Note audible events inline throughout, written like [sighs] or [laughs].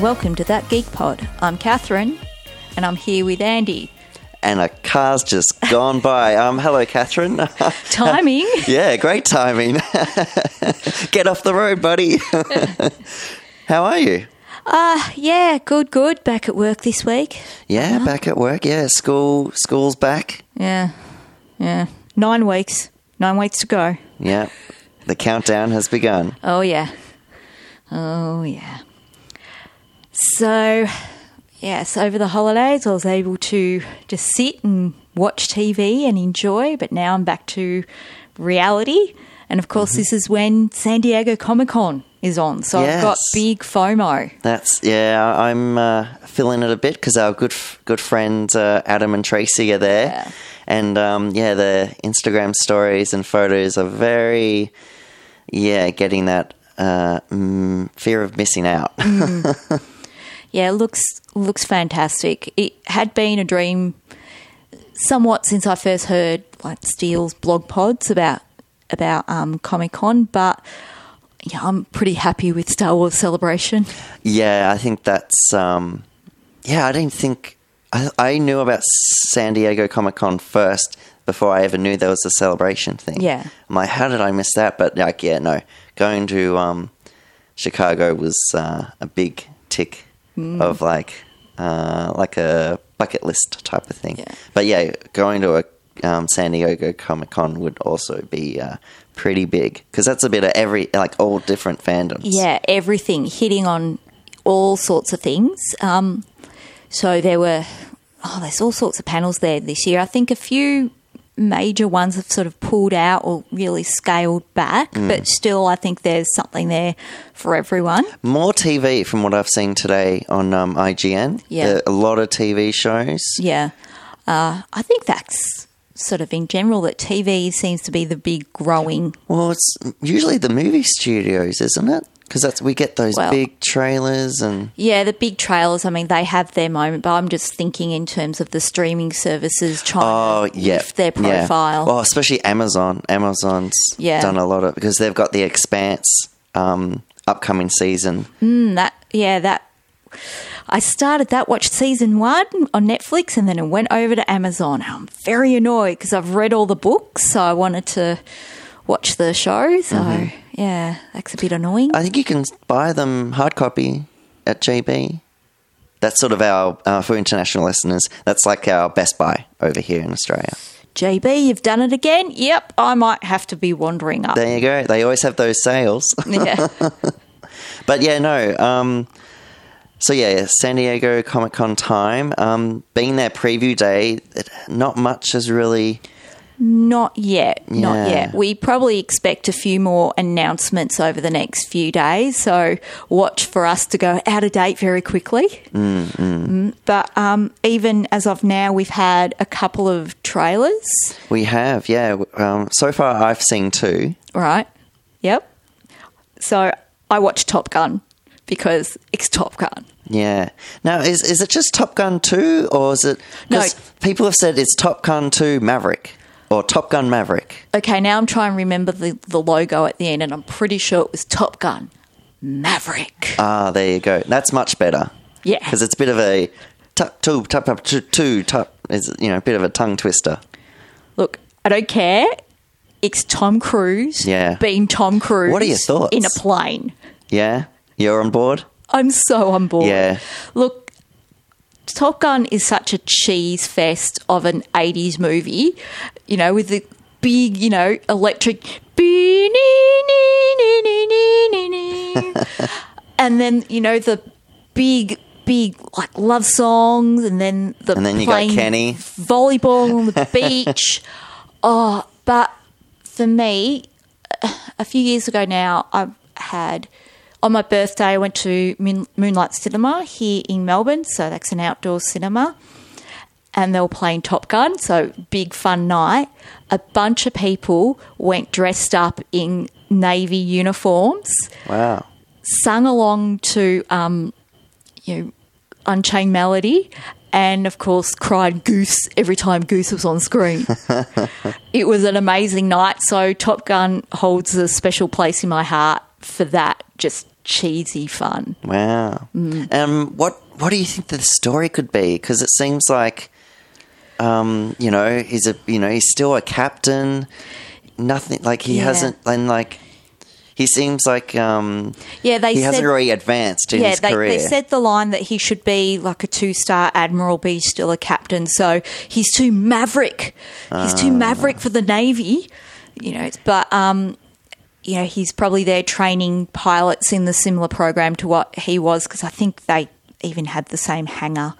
welcome to That Geek Pod. I'm Catherine, and I'm here with Andy. and a car's just gone by. Um, hello, [laughs] Catherine. [laughs] Timing. yeah, great timing. [laughs] Get off the road, buddy. [laughs] How are you? Ah, [laughs] yeah, good, good. Back at work this week. Yeah, back at work. Yeah, school, school's back. Yeah, yeah. Nine weeks. Nine weeks to go. Yeah, the countdown has begun. Oh, yeah. Oh, yeah. So, yes, over the holidays, I was able to just sit and watch TV and enjoy, but now I'm back to reality. And of course, this is when San Diego Comic Con is on. So I've got Yes. big FOMO. That's yeah. I'm uh, feeling it a bit because our good f- good friends uh, Adam and Tracy are there, Yeah. and um, yeah, their Instagram stories and photos are very yeah getting that uh, mm, fear of missing out. [laughs] Yeah, it looks looks fantastic. It had been a dream somewhat since I first heard like Steele's blog pods about about um, Comic Con, but yeah, I'm pretty happy with Star Wars Celebration. Yeah, I think that's. Um, yeah, I didn't think. I, I knew about San Diego Comic Con first before I ever knew there was a celebration thing. Yeah. I'm like, how did I miss that? But, like, yeah, no. Going to um, Chicago was uh, a big tick Mm. of, like, uh, like a bucket list type of thing. Yeah. But, yeah, going to a um, San Diego Comic Con would also be uh, pretty big because that's a bit of every, like, all different fandoms. Yeah, everything hitting on all sorts of things. Um, so there were oh, there's all sorts of panels there this year. I think a few major ones have sort of pulled out or really scaled back, but still, I think there's something there for everyone. more TV from what I've seen today on um, IGN. Yeah. a, a lot of TV shows. Yeah. Uh, I think that's sort of in general that TV seems to be the big growing. Well, it's usually the movie studios, isn't it? Because that's we get those Well- big trailers and Yeah, the big trailers. I mean, they have their moment, but I'm just thinking in terms of the streaming services trying oh to yeah, lift their yeah. profile. Well, especially Amazon. Amazon's Yeah. done a lot of because they've got the Expanse um, upcoming season. And that, yeah, that. I started that, watched season one on Netflix, and then it went over to Amazon. I'm very annoyed because I've read all the books, so I wanted to watch the show. So, Mm-hmm. yeah, that's a bit annoying. I think you can buy them hard copy at JB. That's sort of our uh, for international listeners. That's like our Best Buy over here in Australia. JB, you've done it again. Yep, I might have to be wandering up. There you go. They always have those sales. [laughs] yeah. But yeah, no. Um, so yeah, San Diego Comic Con time. Um, being there preview day, it, not much has really. Not yet. Not Yeah. yet. We probably expect a few more announcements over the next few days. So watch for us to go out of date very quickly. Mm, But um, even as of now, we've had a couple of trailers, We have, yeah. Um, so far, I've seen two. right? Yep. So I watched Top Gun because it's Top Gun. Yeah. Now, is is it just Top Gun two, or is it? No. 'cause People have said it's Top Gun two Maverick or Top Gun Maverick. Okay, now I'm trying to remember the, the logo at the end, and I'm pretty sure it was Top Gun Maverick. Ah, there you go. That's much better. Yeah. Because it's a bit of a top two top top two two top. Is you know a bit of a tongue twister. Look, I don't care. It's Tom Cruise Yeah. being Tom Cruise. What are your thoughts? In a plane. Yeah, you're on board. I'm so on board. Yeah. Look, Top Gun is such a cheese fest of an 80s movie, you know, with the big, you know, electric. [laughs] [laughs] and then, you know, the big, big, like love songs, and then the And then you got playing Kenny. volleyball on [laughs] the beach. oh, but for me, a few years ago now, I had on my birthday, I went to Moon- Moonlight Cinema here in Melbourne. So that's an outdoor cinema. And they were playing Top Gun. So big fun night. A bunch of people went dressed up in Navy uniforms, Wow. sung along to, um, you know, Unchained Melody. And of course, cried Goose every time Goose was on [laughs] screen. it was an amazing night. So Top Gun holds a special place in my heart for that. Just cheesy fun. Wow. Mm-hmm. Um, what what do you think the story could be? Because it seems like, um, you know, he's a you know he's still a captain. Nothing like he Yeah. hasn't and like he seems like um, Yeah, they he said, hasn't really advanced in yeah, his they, career. they said the line that he should be like a two star admiral, be still a captain. So he's too maverick. He's Ah. too maverick for the navy, you know. it's- But um, you know, he's probably there training pilots in the similar program to what he was because I think they even had the same hangar.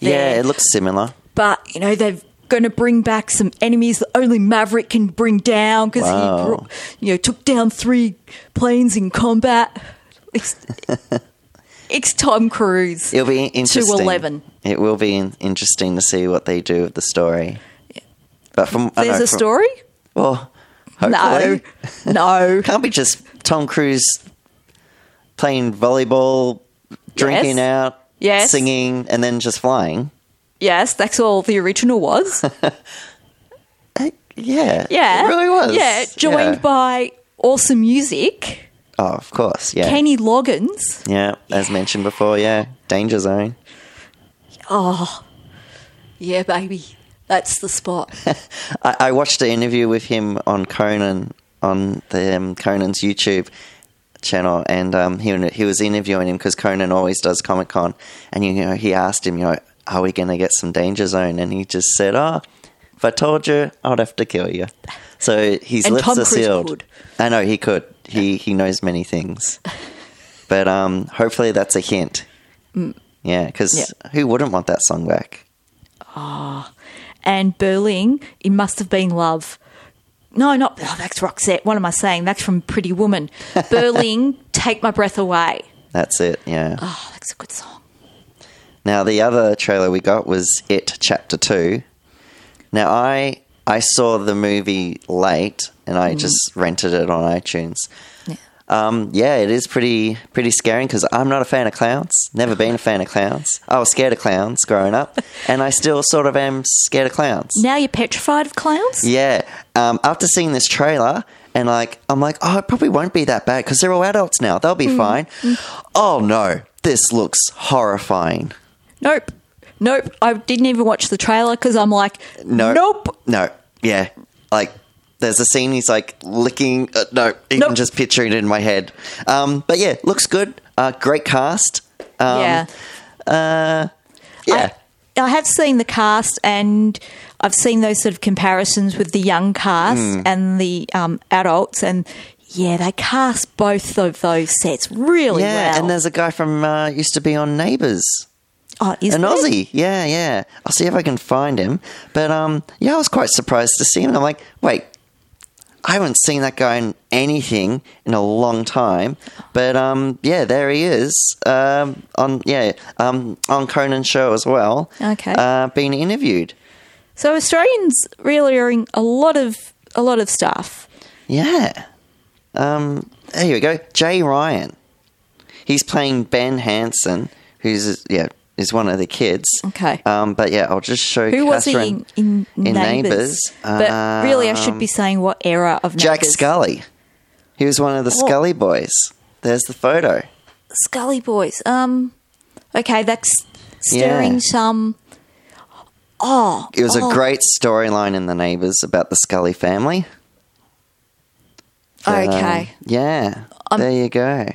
yeah, there. it looks similar. but you know they're going to bring back some enemies that only Maverick can bring down because Wow. he, brought, you know, took down three planes in combat. It's, it's Tom Cruise. It'll be interesting. 11. It will be in- interesting to see what they do with the story. But from I There's know a from- story. Well, No, hopefully. [laughs] no. Can't be just Tom Cruise playing volleyball, drinking Yes. out, Yes. singing, and then just flying. Yes, that's all the original [laughs] was. Yeah. Yeah, It really was. Yeah, joined Yeah. by awesome music. Oh, of course. Yeah. Kenny Loggins. yeah, as mentioned before, yeah. Danger Zone. Yeah, baby, that's the spot. I, I watched an interview with him on Conan on the um, Conan's YouTube channel, and um, he he was interviewing him because Conan always does Comic Con, and you know he asked him, you know, are we going to get some Danger Zone? And he just said, "Ah, if I told you, I'd have to kill you." So his And lips Tom are Cruise sealed. could. I know he could. He he knows many [laughs] things, but um, hopefully that's a hint. Mm. Yeah, because who wouldn't want that song back? and Berling, it must have been love. No, not oh, that's Roxette. What am I saying? That's from Pretty [laughs] Woman. Berling, take my breath away. That's it. Yeah. Oh, that's a good song. Now the other trailer we got was It Chapter Two. Now I I saw the movie late and I just rented it on iTunes. Yeah. Um, yeah, it is pretty pretty scary because I'm not a fan of clowns. Never been a fan of clowns. I was scared of clowns growing up, and I still sort of am scared of clowns. Now you're petrified of clowns? Yeah. Um, after seeing this trailer, and like, I'm like, oh, it probably won't be that bad because they're all adults now. They'll be fine. Oh no, this looks horrifying. Nope. Nope. I didn't even watch the trailer because I'm like, No. nope. No. Yeah. Like, there's a scene he's like licking. Uh, no, even Nope. just picturing it in my head. Um, but yeah, looks good. Uh, great cast. Um, yeah. Yeah. I, I have seen the cast and I've seen those sort of comparisons with the young cast Hmm. and the um, adults. And yeah, they cast both of those sets really yeah. well. And there's a guy from uh, used to be on Neighbours. oh, is An there? Aussie, yeah, yeah. I'll see if I can find him. But um, yeah, I was quite surprised to see him. I'm like, wait, I haven't seen that guy in anything in a long time. But um, yeah, there he is. Um, on yeah, um, on Conan's show as well. Okay. uh, being interviewed. So Australians really are in a lot of a lot of stuff. Yeah. Um, here we go. Jay Ryan. He's playing Ben Hansen, who's yeah, is one of the kids. Okay. Um, but yeah, I'll just show Who was he Catherine in, in, in Neighbours? Neighbours. um, But really, I should be saying what era of Jack Neighbours. Scully. He was one of the Oh. Scully boys. There's the photo. Scully boys. Um, okay, that's stirring Yeah. some. It was Oh. a great storyline in The Neighbours about the Scully family. But, um, okay, yeah. there you go.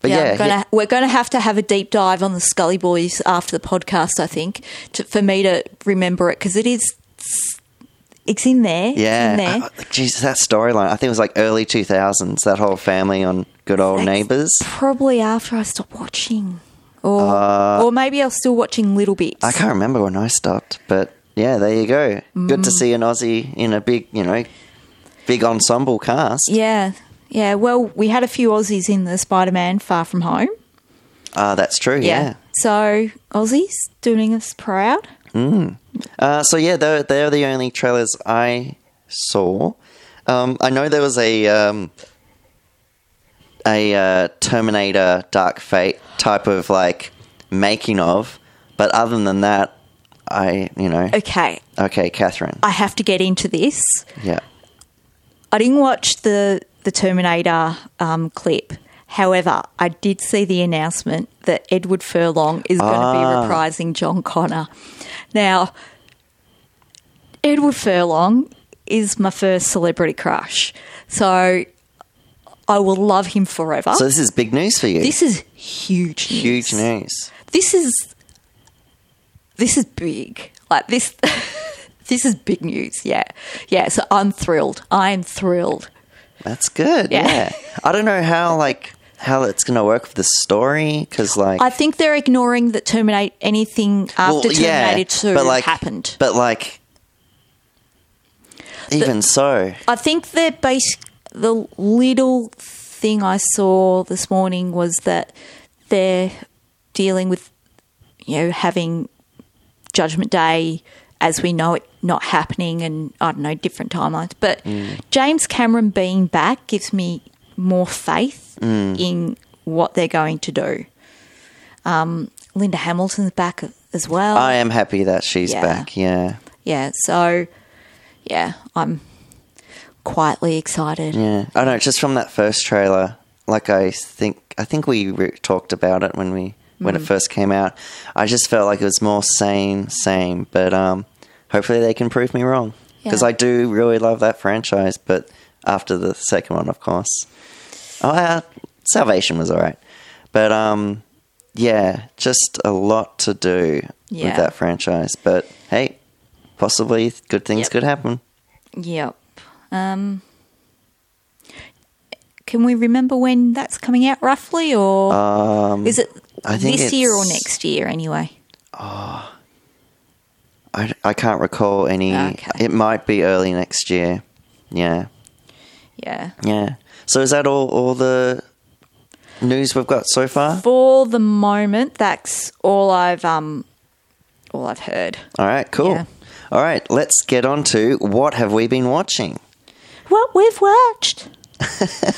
But yeah, yeah, I'm gonna, we're going to have to have a deep dive on the Scully boys after the podcast. I think to, for me to remember it because it is. It's in there. It's yeah. Uh, in there. I- I- Jesus, that storyline. I think it was like early 2000s, that whole family on good old That's- Neighbours. probably after I stopped watching, or or maybe I was still watching little bits. Uh, I can't remember when I stopped, but yeah, there you go. Good Mm. to see an Aussie in a big, you know, big ensemble cast. Yeah, yeah. Well, we had a few Aussies in the Spider-Man Far From Home. Ah, that's true. yeah. So Aussies doing us proud. Uh, so yeah, they're, they're the only trailers I saw. Um, I know there was a um, a uh, Terminator Dark Fate type of like making of, but other than that, I you know Okay, okay, Catherine, I have to get into this. yeah, I didn't watch the the Terminator um, clip. However, I did see the announcement that Edward Furlong is going to be Ah. reprising John Connor. Now, Edward Furlong is my first celebrity crush. So I will love him forever. So this is big news for you. this is huge news. Huge news. This is this is big. Like this [laughs] this is big news. Yeah. Yeah, so I'm thrilled. I'm thrilled. That's good. Yeah. Yeah. I don't know how like how it's going to work with the story because like I think they're ignoring that Terminate anything well, after Terminator 2 but, like, happened. But like, even so, I think the base, the little thing I saw this morning was that they're dealing with, you know, having Judgment Day as we know it not happening, and I don't know different timelines. But Mm. James Cameron being back gives me more faith Mm. in what they're going to do. Um, Linda Hamilton's back as well. I am happy that she's Yeah. back. Yeah, yeah, so yeah, I'm quietly excited. yeah. I know. Just from that first trailer, like I think I think we re- talked about it when we when Mm. it first came out. I just felt like it was more same, same. But um, hopefully they can prove me wrong because Yeah. I do really love that franchise. But after the second one, of course. Oh, uh, Salvation was all right, but um, yeah, just a lot to do Yeah. with that franchise. But hey, possibly good things Yep. could happen. Yep. Um, can we remember when that's coming out roughly, or Um, is it I think this year or it's- next year? Anyway, I, I can't recall any. Okay. It might be early next year. Yeah, yeah. yeah. So is that all? All the news we've got so far. For the moment, that's all I've um, all I've heard. All right, cool. Yeah. All right, let's get on to what have we been watching. What we've [laughs] watched.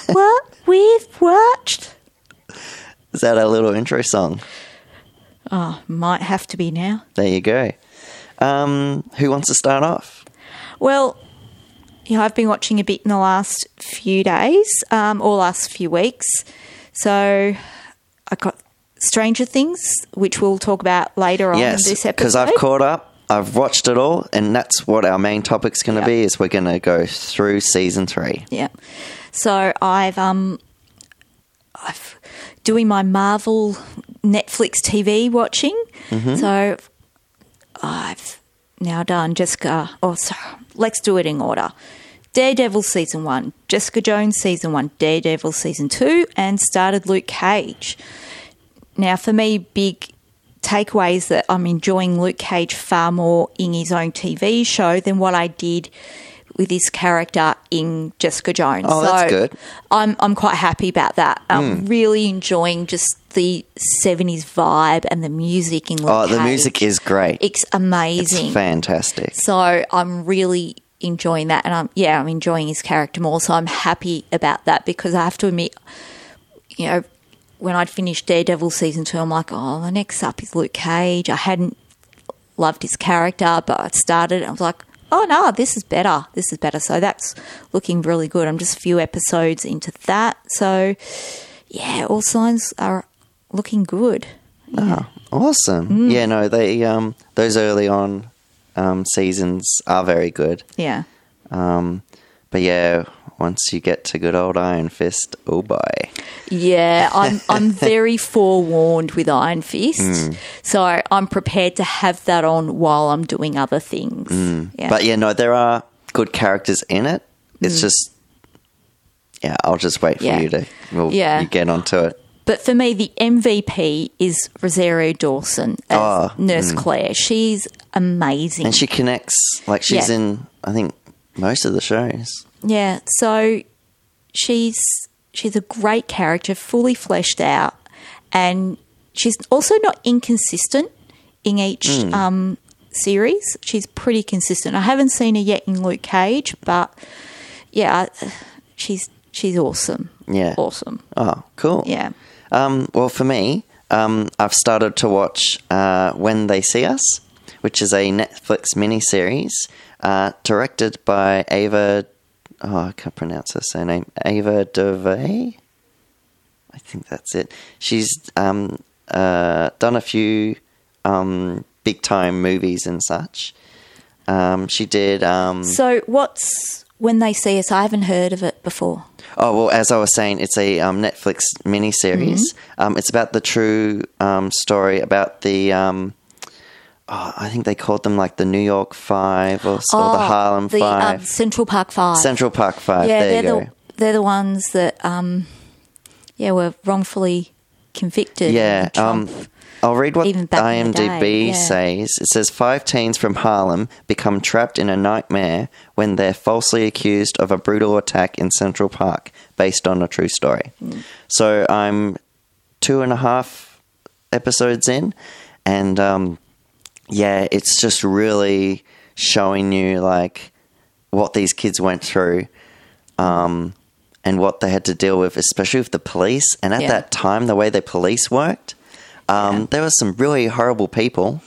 what we've watched. Is that our little intro song? Might have to be now. There you go. Um, who wants to start off? Well, you know, I've been watching a bit in the last few days um, or last few weeks. So I got Stranger Things, which we'll talk about later on in this Yes, episode. because I've caught up. I've watched it all, and that's what our main topic's going to Yeah. be. Is we're going to go through season three. Yeah. So I've um, I've doing my Marvel Netflix TV watching. Mm-hmm. So I've now done Jessica. Oh, sorry. Let's do it in order. Daredevil season one, Jessica Jones season one, Daredevil season two, and started Luke Cage. Now, for me, big takeaways that I'm enjoying Luke Cage far more in his own TV show than what I did with his character in Jessica Jones. Oh, that's good. Hmm. I'm I'm quite happy about that. I'm really enjoying just the 70s vibe and the music in Luke Oh, the Cage. music is great. it's It's amazing. fantastic. So I'm really enjoying that, and I'm yeah, I'm enjoying his character more. So I'm happy about that because I have to admit, you know, when I'd finished Daredevil season two, I'm like, oh, the next up is Luke Cage. I hadn't loved his character, but I started. I was like, oh no, this is better. This is better. So that's looking really good. I'm just a few episodes into that. So yeah, all signs are looking good. Awesome. Mm. Yeah, no, they um those early on um seasons are very good. Yeah. Um, but yeah, once you get to good old Iron Fist, oh boy. [laughs] Yeah, I'm I'm very forewarned with Iron Fist, Hmm. so I'm prepared to have that on while I'm doing other things. Yeah. Hmm. Mm. But yeah, no, there are good characters in it. It's just yeah, I'll just wait for Yeah. you to well, Yeah. you get onto it. But for me, the MVP is Rosario Dawson as Ah, Nurse Claire. She's amazing. And she connects like she's Yeah. in I think most of the shows. yeah, so she's she's a great character, fully fleshed out, and she's also not inconsistent in each Hmm. um, series. She's pretty consistent. I haven't seen her yet in Luke Cage, but yeah, I- she's she's awesome. Yeah. awesome. Oh, cool. Yeah. Um, well, for me, um, I've started to watch uh, When They See Us, which is a Netflix miniseries uh, directed by Ava. Oh, I can't pronounce her surname. Ava DuVey? I think that's it. She's um, uh, done a few um, big time movies and such. Um, she did. Um, So what's when they see us? I haven't heard of it before. Oh well, as I was saying, it's a um, Netflix miniseries. Mm-hmm. Um, it's about the true um, story about the. Um, oh, I think they called them like the New York Five or, s- or the Harlem Oh, the, Five, Um, Central Park Five. Central Park Five. yeah, Uh, there you they're go. the they're the ones that um, yeah were wrongfully convicted. yeah. in Um, Trump. I'll read what even back in the IMDb day, yeah. says. It says five teens from Harlem become trapped in a nightmare when they're falsely accused of a brutal attack in Central Park based on a true story. Mm. So I'm two and a half episodes in, and um, yeah, it's just really showing you like what these kids went through. Um, and what they had to deal with, especially with the police, and at Yeah. that time, the way the police worked, um, There were some really horrible people,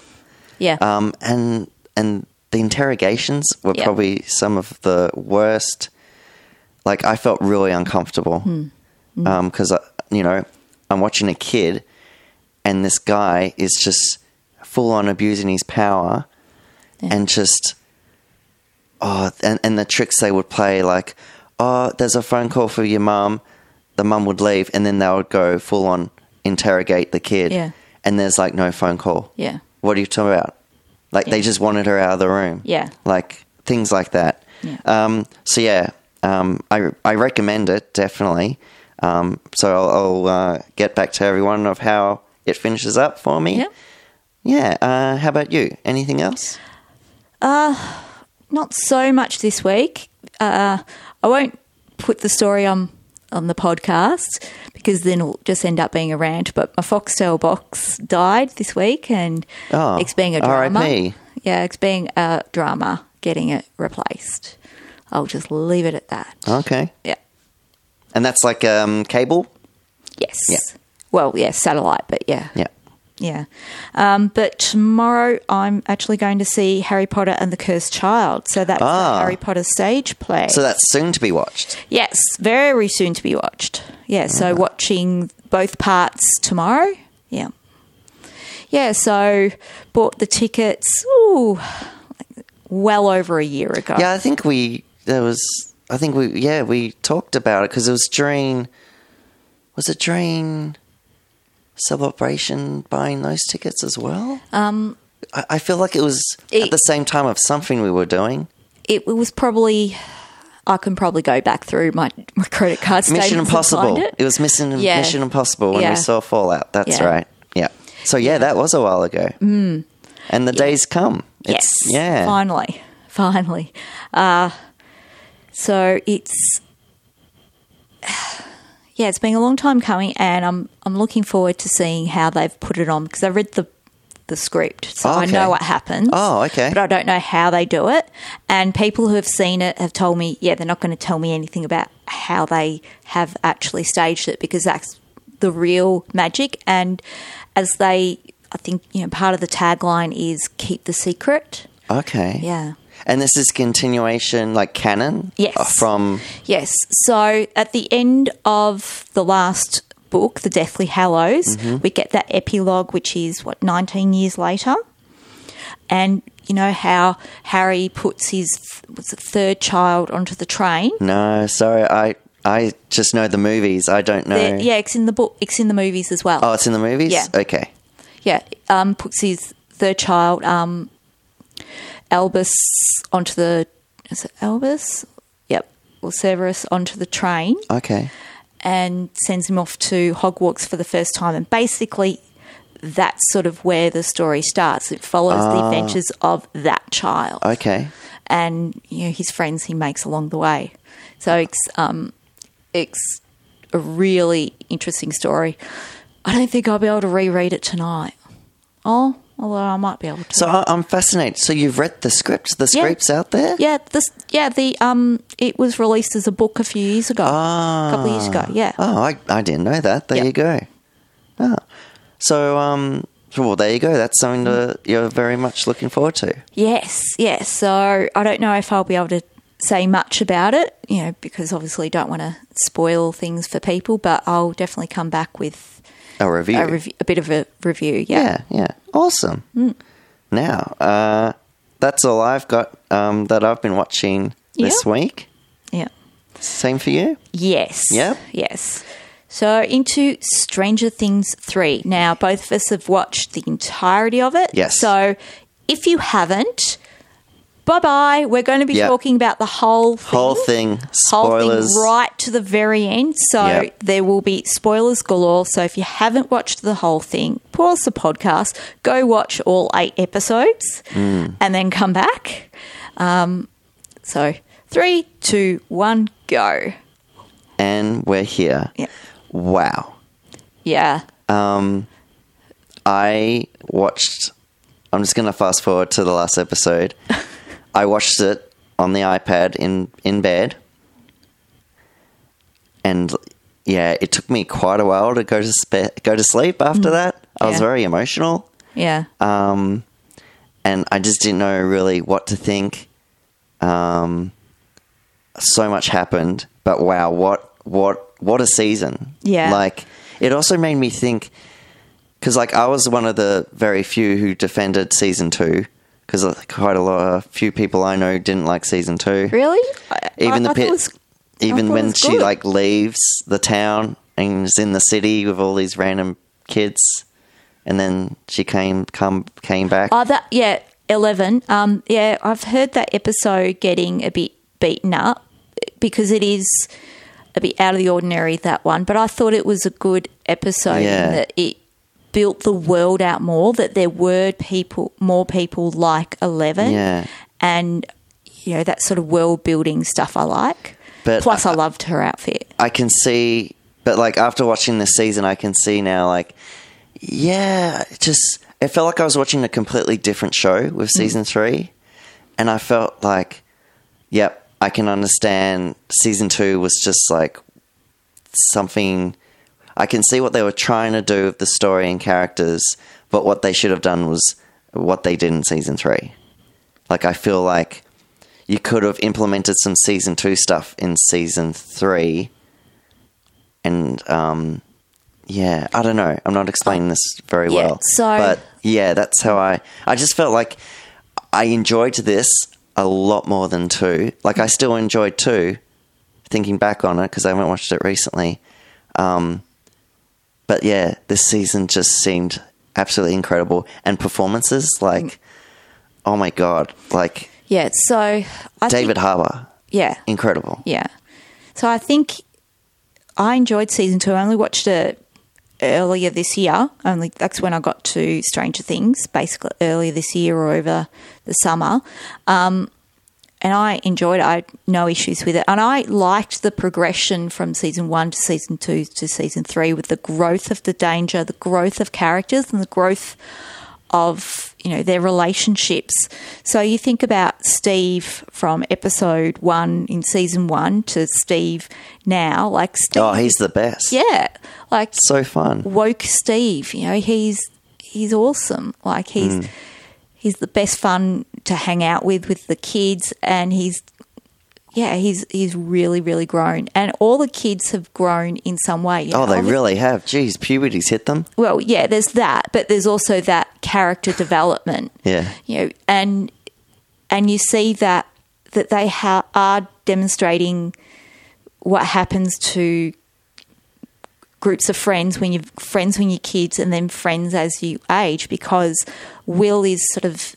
yeah, um, and and the interrogations were Yeah. probably some of the worst. Like I felt really uncomfortable Hmm. because I you know I'm watching a kid, and this guy is just full on abusing his power, and just oh, and and the tricks they would play like oh, there's a phone call for your mum, the mum would leave, and then they would go full on interrogate the kid, Yeah. and there's like no phone call. yeah, What are you talking about? Like they just wanted her out of the room. Yeah. Like things like that. Yeah. Um, so yeah, um, I I recommend it definitely. Um, so I'll, I'll uh, get back to everyone of how it finishes up for me. yeah. Yeah. Uh, how about you? Anything else? Not so much this week. Uh, I won't put the story on on the podcast because then it'll just end up being a rant. But my foxtail box died this week, and Oh, it's being a drama. R.I.P.. Yeah, it's being a drama getting it replaced. I'll just leave it at that. Okay. Yeah. And that's like um, cable. Yes. Yeah. Well, yeah, satellite, but yeah. Yeah. Yeah. Um, but tomorrow I'm actually going to see Harry Potter and the Cursed Child. So that's Ah. the Harry Potter stage play. So that's soon to be watched. yes, very soon to be watched. Yeah, Ah. so watching both parts tomorrow. Yeah. Yeah, so bought the tickets ooh, like well over a year ago. Yeah, I think we there was. I think we yeah we talked about it because it was during. Was it during celebration buying those tickets as well? Um, I, I feel like it was at It- the same time of something we were doing. It was probably I can probably go back through my, my credit card statements Mission and find Impossible. It. it. was Mission Yeah. Mission Impossible when Yeah. we saw Fallout. That's Yeah. right. Yeah. So yeah, that was a while ago. Mm. And the days come. Yes. It's- Yeah. Finally. Finally. Uh, so it's [sighs] yeah, it's been a long time coming, and I'm I'm looking forward to seeing how they've put it on because I read the the script, so I Okay. know what happens. Oh, okay. But I don't know how they do it, and people who have seen it have told me, yeah, they're not going to tell me anything about how they have actually staged it because that's the real magic. And as they, I think you know, part of the tagline is keep the secret. Okay. Yeah. And this is continuation, like canon. Yes. uh, From Yes. So at the end of the last book, The Deathly Hallows, Mm-hmm. we get that epilogue, which is what, 19 years later? And you know how Harry puts his was it third child onto the train? No, sorry. I I just know the movies. I don't know. There- yeah, it's in the book, it's in the movies as well. Oh, it's in the movies. Yeah. Okay. Yeah, um, puts his third child, um, Albus, onto the. Is it Albus? Yep. Or Severus onto the train. Okay. and sends him off to Hogwarts for the first time. And basically, that's sort of where the story starts. It follows the adventures of that child Okay. and you know his friends he makes along the way. So it's um, it's a really interesting story. I don't think I'll be able to reread it tonight. Oh, although I might be able to. So I, I'm fascinated. So you've read the script. The Yeah. script's out there. yeah, this yeah the um it was released as a book a few years ago, a couple of years ago. Yeah, Oh, I I didn't know that. There Yeah. you go. Oh. So um. Well, there you go. That's something that you're very much looking forward to. Yes, yes. So I don't know if I'll be able to say much about it, you know, because obviously don't want to spoil things for people, but I'll definitely come back with A review. a, rev- a bit of a review. Yeah. yeah, yeah. Awesome. Mm. Now, uh, that's all I've got um, that I've been watching this Yeah. week. Yeah. Same for you? Yes. Yep. Yes. So into Stranger Things 3. Now, both of us have watched the entirety of it. Yes. So if you haven't, bye bye. We're going to be Yep. talking about the whole thing. Whole thing. whole thing Spoilers. right to the very end. So Yep. there will be spoilers galore. So if you haven't watched the whole thing, pause the podcast, go watch all eight episodes, Hmm. and then come back. Um, so three, two, one, go. And we're here. Yeah. Wow. Um, Yeah. I watched. I'm just going to fast forward to the [laughs] last episode. I watched it on the iPad in in bed, and yeah, it took me quite a while to go to spe- go to sleep after that. I was Mm. Yeah. very emotional, Yeah. Uh, Um, and I just didn't know really what to think. Um, so much happened, but wow, what what what a season! Yeah. like it also made me think because like I was one of the very few who defended season two because quite a lot, a few people I know didn't like season two. really? I- Even I- the I thought it pit, was- I even thought it when was she good. like leaves the town and is in the city with all these random kids, and then she came come came back. Oh, that yeah, eleven. Um, yeah, I've heard that episode getting a bit beaten up because it is a bit out of the ordinary that one. But I thought it was a good episode Yeah. in that it built the world out more. That there were people, more people like eleven, Yeah. and you know that sort of world building stuff I like. But Plus, I- I loved her outfit. I can see, but like after watching this season, I can see now, like, yeah, it just it felt like I was watching a completely different show with season three, and I felt like, yep, I can understand. Season two was just like something. I can see what they were trying to do with the story and characters, but what they should have done was what they did in season three. Like, I feel like you could have implemented some season two stuff in season three. And um, yeah, I don't know. I'm not explaining this very Yeah, well. so- but yeah, that's how I. I just felt like I enjoyed this a lot more than two. Like I still enjoyed two. Thinking back on it because I haven't watched it recently. Um, but yeah, this season just seemed absolutely incredible, and performances like, oh my god, like Yeah. So I David Think, Harbour, yeah. incredible. Yeah. So I think I enjoyed season two. I only watched it earlier this year. Only that's when I got to Stranger Things, basically earlier this year or over the summer. Um, and I enjoyed it. I had no issues with it. And I liked the progression from season one to season two to season three with the growth of the danger, the growth of characters, and the growth of you know their relationships. So you think about Steve from episode one in season one to Steve now, like Steve, Oh, he's the best. yeah, like so fun. woke Steve. You know he's he's awesome. Like he's Hmm. he's the best fun to hang out with with the kids, and he's yeah he's he's really really grown, and all the kids have grown in some way. you Oh, know. they Obviously- really have. Jeez, puberty's hit them. well, yeah, there's that, but there's also that character development. Yeah. You know, and and you see that that they ha- are demonstrating what happens to groups of friends when you're friends when you're kids and then friends as you age because Will is sort of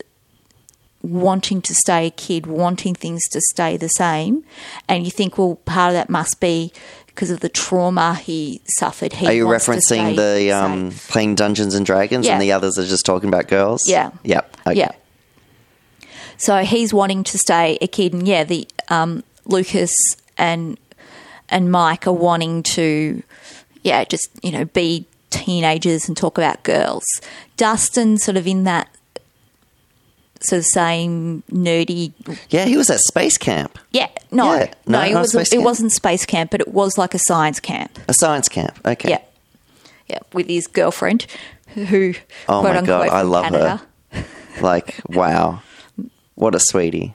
wanting to stay a kid, wanting things to stay the same. And you think, well, part of that must be because of the trauma he suffered. He Are you wants to referencing stay the safe. um, playing Dungeons and Dragons, Yeah. and the others are just talking about girls? Yeah. Yep. Okay. Yeah. So he's wanting to stay a kid, and yeah, the um, Lucas and and Mike are wanting to, yeah, just you know, be teenagers and talk about girls. Dustin sort of in that sort of same nerdy, Yeah, he was at space camp, yeah, no, Yeah, no, no, it not wasn't. space It camp. wasn't space camp, but it was like a science camp. a science camp. Okay. Yeah, yeah, with his girlfriend, who Oh my quote unquote God, I from love her. Canada. Like, wow, what a sweetie.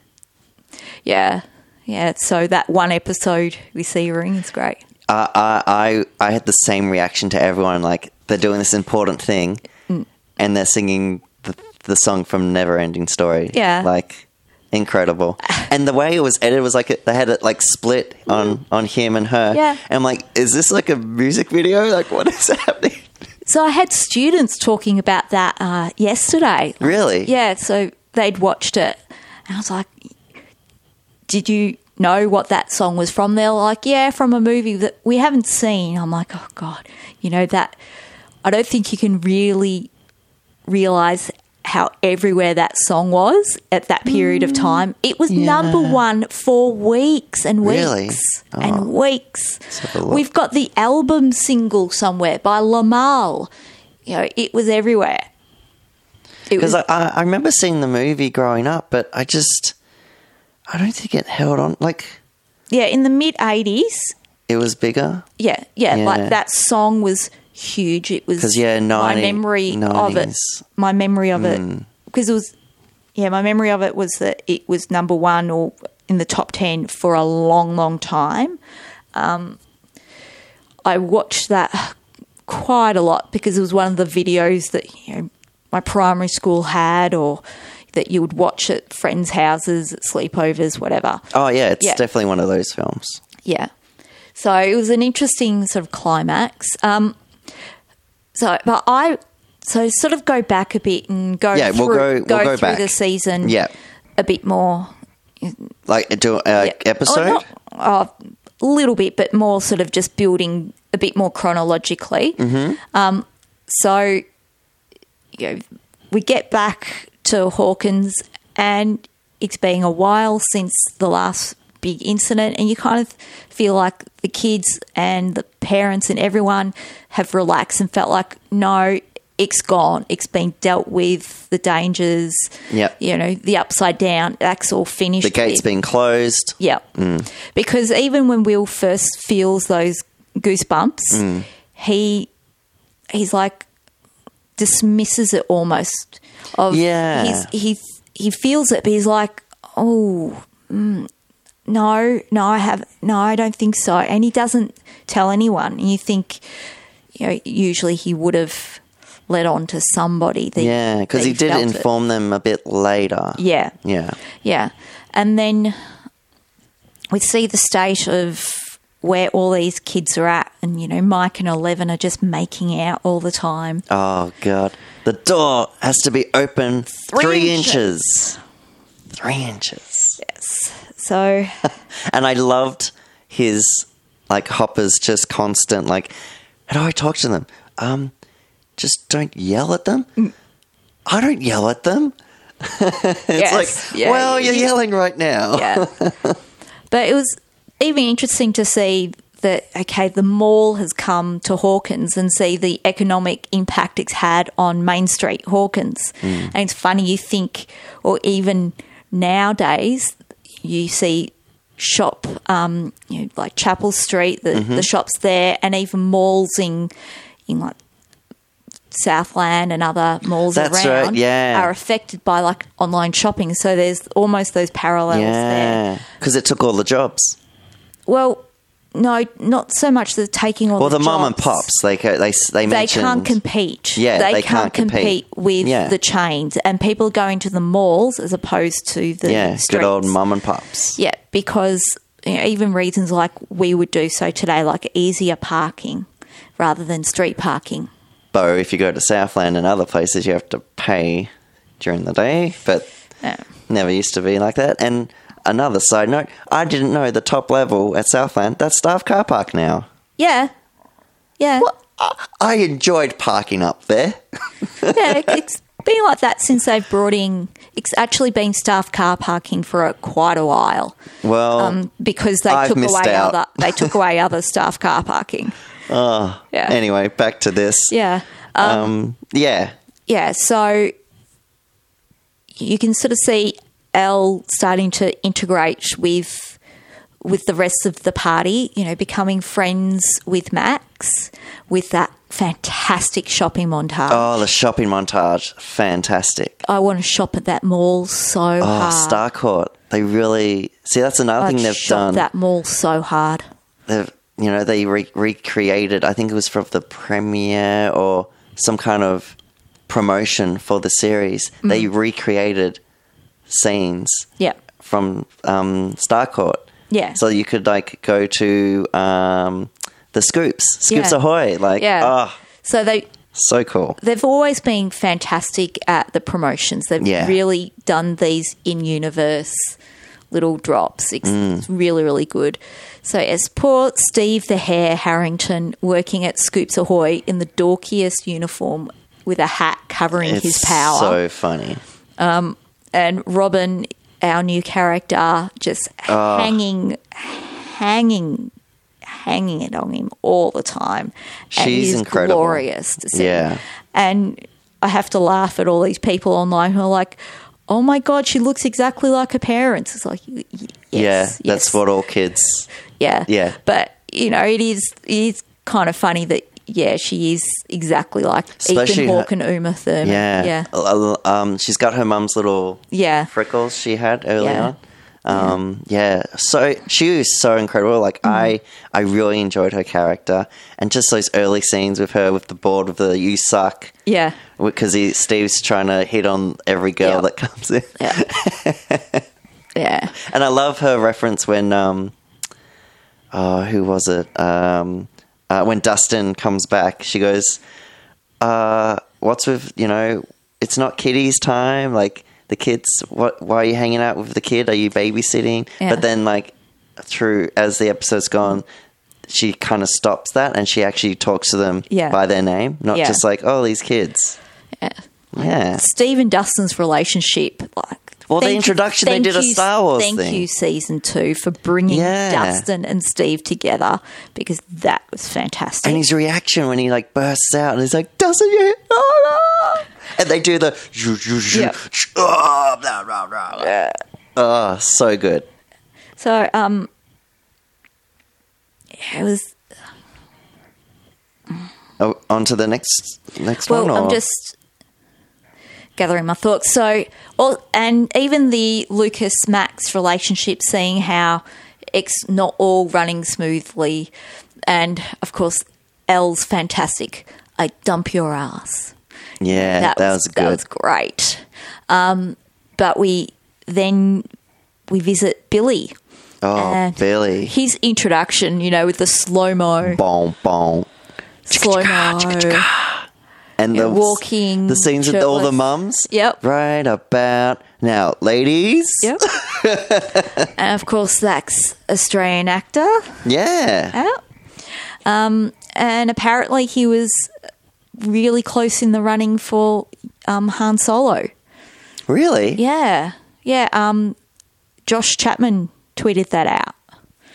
Yeah, Yeah, so that one episode we see her in is great. I, I, I had the same reaction to everyone. Like they're doing this important thing, and they're singing the, the song from Never Ending Story. Yeah. like incredible. and the way it was edited was like it, they had it like split on on him and her. Yeah. and I'm like, is this like a music video? Like, what is [laughs] happening? So I had students talking about that uh, yesterday. Really? Yeah, so they'd watched it. And I was like, did you know what that song was from? They're like, yeah, from a movie that we haven't seen. I'm like, oh, God. You know, that I don't think you can really realize how everywhere that song was at that period Mm. of time. It was number one for weeks and weeks Really? Oh. and weeks. have a look. We've got the album single somewhere by Lamal. You know, it was everywhere. It Because was I, I, I remember seeing the movie growing up, but I just I don't think it held on. Like yeah in the mid eighties. it was bigger. Yeah, yeah, Yeah. like that song was huge. It was 'Cause, yeah, Hmm. 90 my memory of it. 90s. My memory of it because it was yeah, my memory of it was that it was number one or in the top ten for a long, long time. Um, I watched that quite a lot because it was one of the videos that you know my primary school had or that you would watch at friends' houses, at sleepovers, whatever. Oh yeah, it's Yeah. definitely one of those films. Yeah. So it was an interesting sort of climax. Um, so, but I, so sort of go back a bit and go Yeah, through, we'll go- we'll go through back. the season Yeah. a bit more. Like do uh, Yeah. episode. Or not- a little bit, but more sort of just building a bit more chronologically. Um, Mm-hmm. so, you know, we get back to Hawkins, and it's been a while since the last big incident, and you kind of feel like the kids and the parents and everyone have relaxed and felt like, no, it's gone, it's been dealt with, the dangers, Yep. you know, the upside down, that's all finished. The gate's It- been closed. yeah. Mm. Because even when Will first feels those goosebumps, Mm. he he's like dismisses it almost. Of Yeah. he's, he he feels it, but he's like, oh. Mm, no, no, I have no, I don't think so. And he doesn't tell anyone. And you think, you know, usually he would have led on to somebody. That, Yeah, because that he did felt it. inform them a bit later. Yeah, Yeah. yeah. And then we see the state of where all these kids are at. And, you know, Mike and Eleven are just making out all the time. Oh god, the door has to be open three, inches. Three inches. So, And I loved his like Hopper's just constant like. How do I talk to them? Um, just don't yell at them. Mm. I don't yell at them. [laughs] It's yes. like, Yeah, well, yeah, you're yelling right now. yeah. [laughs] but it was even interesting to see that, okay, the mall has come to Hawkins and see the economic impact it's had on Main Street, Hawkins. Mm. And it's funny, you think, or even nowadays, you see shop, um, you know, like Chapel Street, the, Mm-hmm. the shops there, and even malls in, in like, Southland and other malls That's right, around yeah. are affected by like online shopping. So there's almost those parallels there. Yeah, because it took all the jobs. Well, no, not so much the taking all Well, the, the, mom and jobs. pops, they co- they s- they They mentioned can't compete. Yeah, they can't compete. compete, with Yeah. the chains, and people are going to the malls as opposed to the yeah, streets. good old mom and pops. Yeah, because you know, even reasons like we would do so today, like easier parking rather than street parking. But if you go to Southland and other places, you have to pay during the day. But Yeah. never used to be like that. And another side note, I didn't know the top level at Southland that's staff car park now. Yeah. Yeah. I enjoyed parking up there. yeah, it's been like that since they've brought in. It's actually been staff car parking for a, quite a while Well, um, because they I've took missed away out. other they took away [laughs] other staff car parking. Ah, Oh, yeah, anyway, back to this. yeah, Um, yeah, yeah. So you can sort of see Elle starting to integrate with with the rest of the party. You know, becoming friends with Max with that fantastic shopping montage. Oh, the shopping montage, fantastic. I want to shop at that mall so Oh, hard. Starcourt. They really see that's another Ah. Oh, I'd thing they've shop done. that mall so hard. They've you know they re- recreated. I think it was from the premiere or some kind of promotion for the series. They recreated scenes Mm-hmm. Yeah. from um, Starcourt. Yeah. So you could like go to um, the Scoops, Scoops Yeah. Ahoy! Like, Yeah. oh, So they so cool. they've always been fantastic at the promotions. They've Yeah. really done these in universe little drops. It's, Mm. it's really, really good. So as poor Steve the Hare Harrington working at Scoops Ahoy in the dorkiest uniform with a hat covering It's his power. so funny. and Robin, our new character, just Ah. hanging, hanging, hanging it on him all the time. and She's he's incredible. glorious to see. Yeah. and I have to laugh at all these people online who are like, "Oh my god, she looks exactly like her parents." It's like, y- y- yes, yeah, that's yes, what all kids. Yeah, yeah. But you know, it is it is kind of funny that. Yeah, she is exactly like Especially Ethan her- Hawke and Uma Thurman. Yeah, yeah, Uh, Um, she's got her mum's little yeah. freckles she had early Yeah. Mm-hmm. on. Um, yeah. so she was so incredible. Like I, I really enjoyed her character and just those early scenes with her with the board with the "you suck" yeah. because he, Steve's trying to hit on every girl Yeah. that comes in. Yeah. yeah. [laughs] And I love her reference when, um, oh, who was it? Um, uh, when Dustin comes back, she goes, uh, "What's with you know? It's not Kitty's time. Like the kids, what? Why are you hanging out with the kid? Are you babysitting?" Yeah. But then, like through as the episode's gone. She kind of stops that, and she actually talks to them Yeah. by their name, not Yeah. just like, "Oh, these kids." Yeah. Yeah, Steve and Dustin's relationship, like. Well, the thank you- introduction, they thank did a you- Star Wars Thank thing. you, season two, for bringing Yeah. Dustin and Steve together because that was fantastic. And his reaction when he like bursts out and he's like, "Doesn't you?" Oh, no!" And they do the, "Zhu, zhu, zhu, Yeah. zhu, oh, blah, blah, blah, blah." Oh, so good. so, um, yeah, it was. Oh, on to the next next Well, one. I'm or- just gathering my thoughts. So, all, and even the Lucas Max relationship, seeing how it's not all running smoothly, and of course, L's fantastic. I dump your ass. yeah, that, was, good. that was great. Um, but we then we visit Billy. oh, and Billy, His introduction, you know, with the slow mo, bon bon, slow mo. and the walking, the scenes with all the shirtless. mums. Yep. Right about now, ladies. Yep. [laughs] and of course, that's Australian actor. Yeah. Yep. Um, and apparently, he was really close in the running for um, Han Solo. Really? Yeah, yeah. Um, Josh Chapman tweeted that out.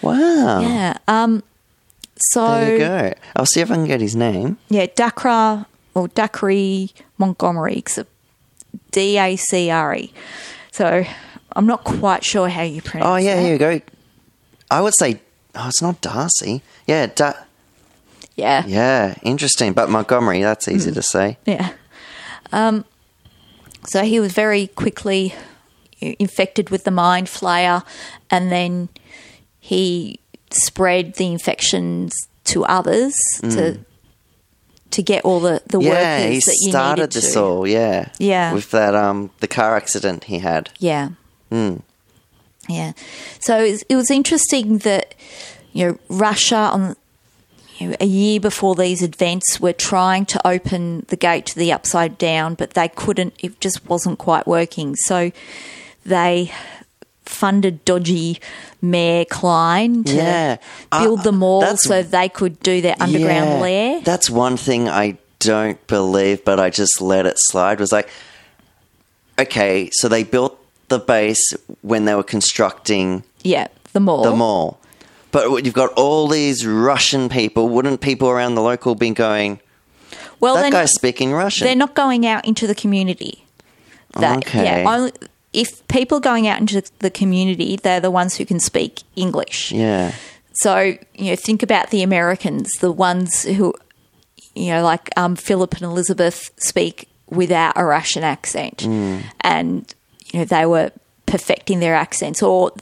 Wow. Yeah. Um, so Oh. There you go. I'll see if I can get his name. yeah, Dakra or Dakri Montgomery, D A C R E. So I'm not quite sure how you pronounce. Oh yeah, that. here you go. I would say, oh, it's not Darcy. Yeah, da- yeah, yeah, yeah, interesting. But Montgomery, Hmm. that's easy to say. Um, so he was very quickly infected with the mind flayer, and then he spread the infections to others to to get all the the Mm. yeah, workers he that you started needed this to. all. Yeah, Yeah. with that um the car accident he had. Yeah. Hmm. Yeah. So it was, it was interesting that you know Russia on you know, a year before these events were trying to open the gate to the upside down, but they couldn't. It just wasn't quite working. So they funded dodgy Mayor Klein to Yeah. Uh, build the mall that's- so they could do their underground Yeah. lair. That's one thing I don't believe, but I just let it slide. Was like, okay, so they built the base when they were constructing yeah, the mall. the mall. But you've got all these Russian people. Wouldn't people around the local be going, Well, that then- guy's speaking Russian? They're not going out into the community. That, Okay. Yeah, only, if people are going out into the community, they're the ones who can speak English. Yeah. So you know, think about the Americans, the ones who, you know, like um, Philip and Mm. Elizabeth speak without a Russian accent, and you know they were perfecting their accents, or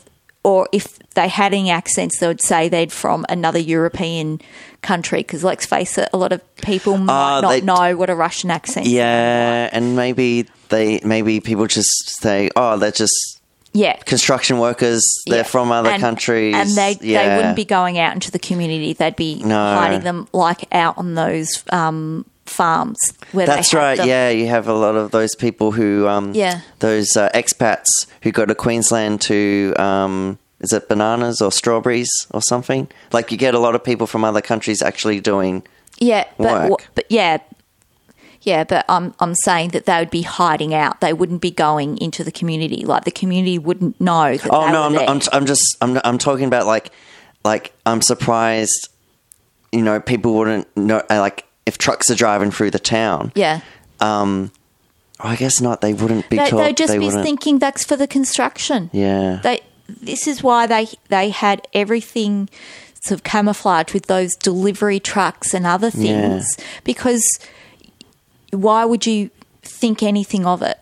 or if they had any accents, they would say they'd from another European country. Because let's face it, a lot of people might Ah, not they- know what a Russian accent. is. Yeah, and maybe they maybe people just say, "Oh, they're just yeah. construction workers. They're Yeah. from other And- countries, and they they Yeah. wouldn't be going out into the community. They'd be No. hiding them like out on those um, farms where they That's have right. them. Yeah, you have a lot of those people who, um, Yeah. those uh, expats who go to Queensland to, um, is it bananas or strawberries or something? Like you get a lot of people from other countries actually doing. Yeah, but work. wha- but yeah, yeah, but I'm I'm saying that they would be hiding out. They wouldn't be going into the community. Like the community wouldn't know. That Oh they no, were I'm, there. I'm I'm just I'm I'm talking about like like I'm surprised, you know, people wouldn't know uh, like if trucks are driving through the town. um, yeah. I guess not. They wouldn't be. They, taught- they'd just they be wouldn't- thinking that's for the construction. Yeah. They this is why they they had everything sort of camouflaged with those delivery trucks and other things because why would you think anything of it?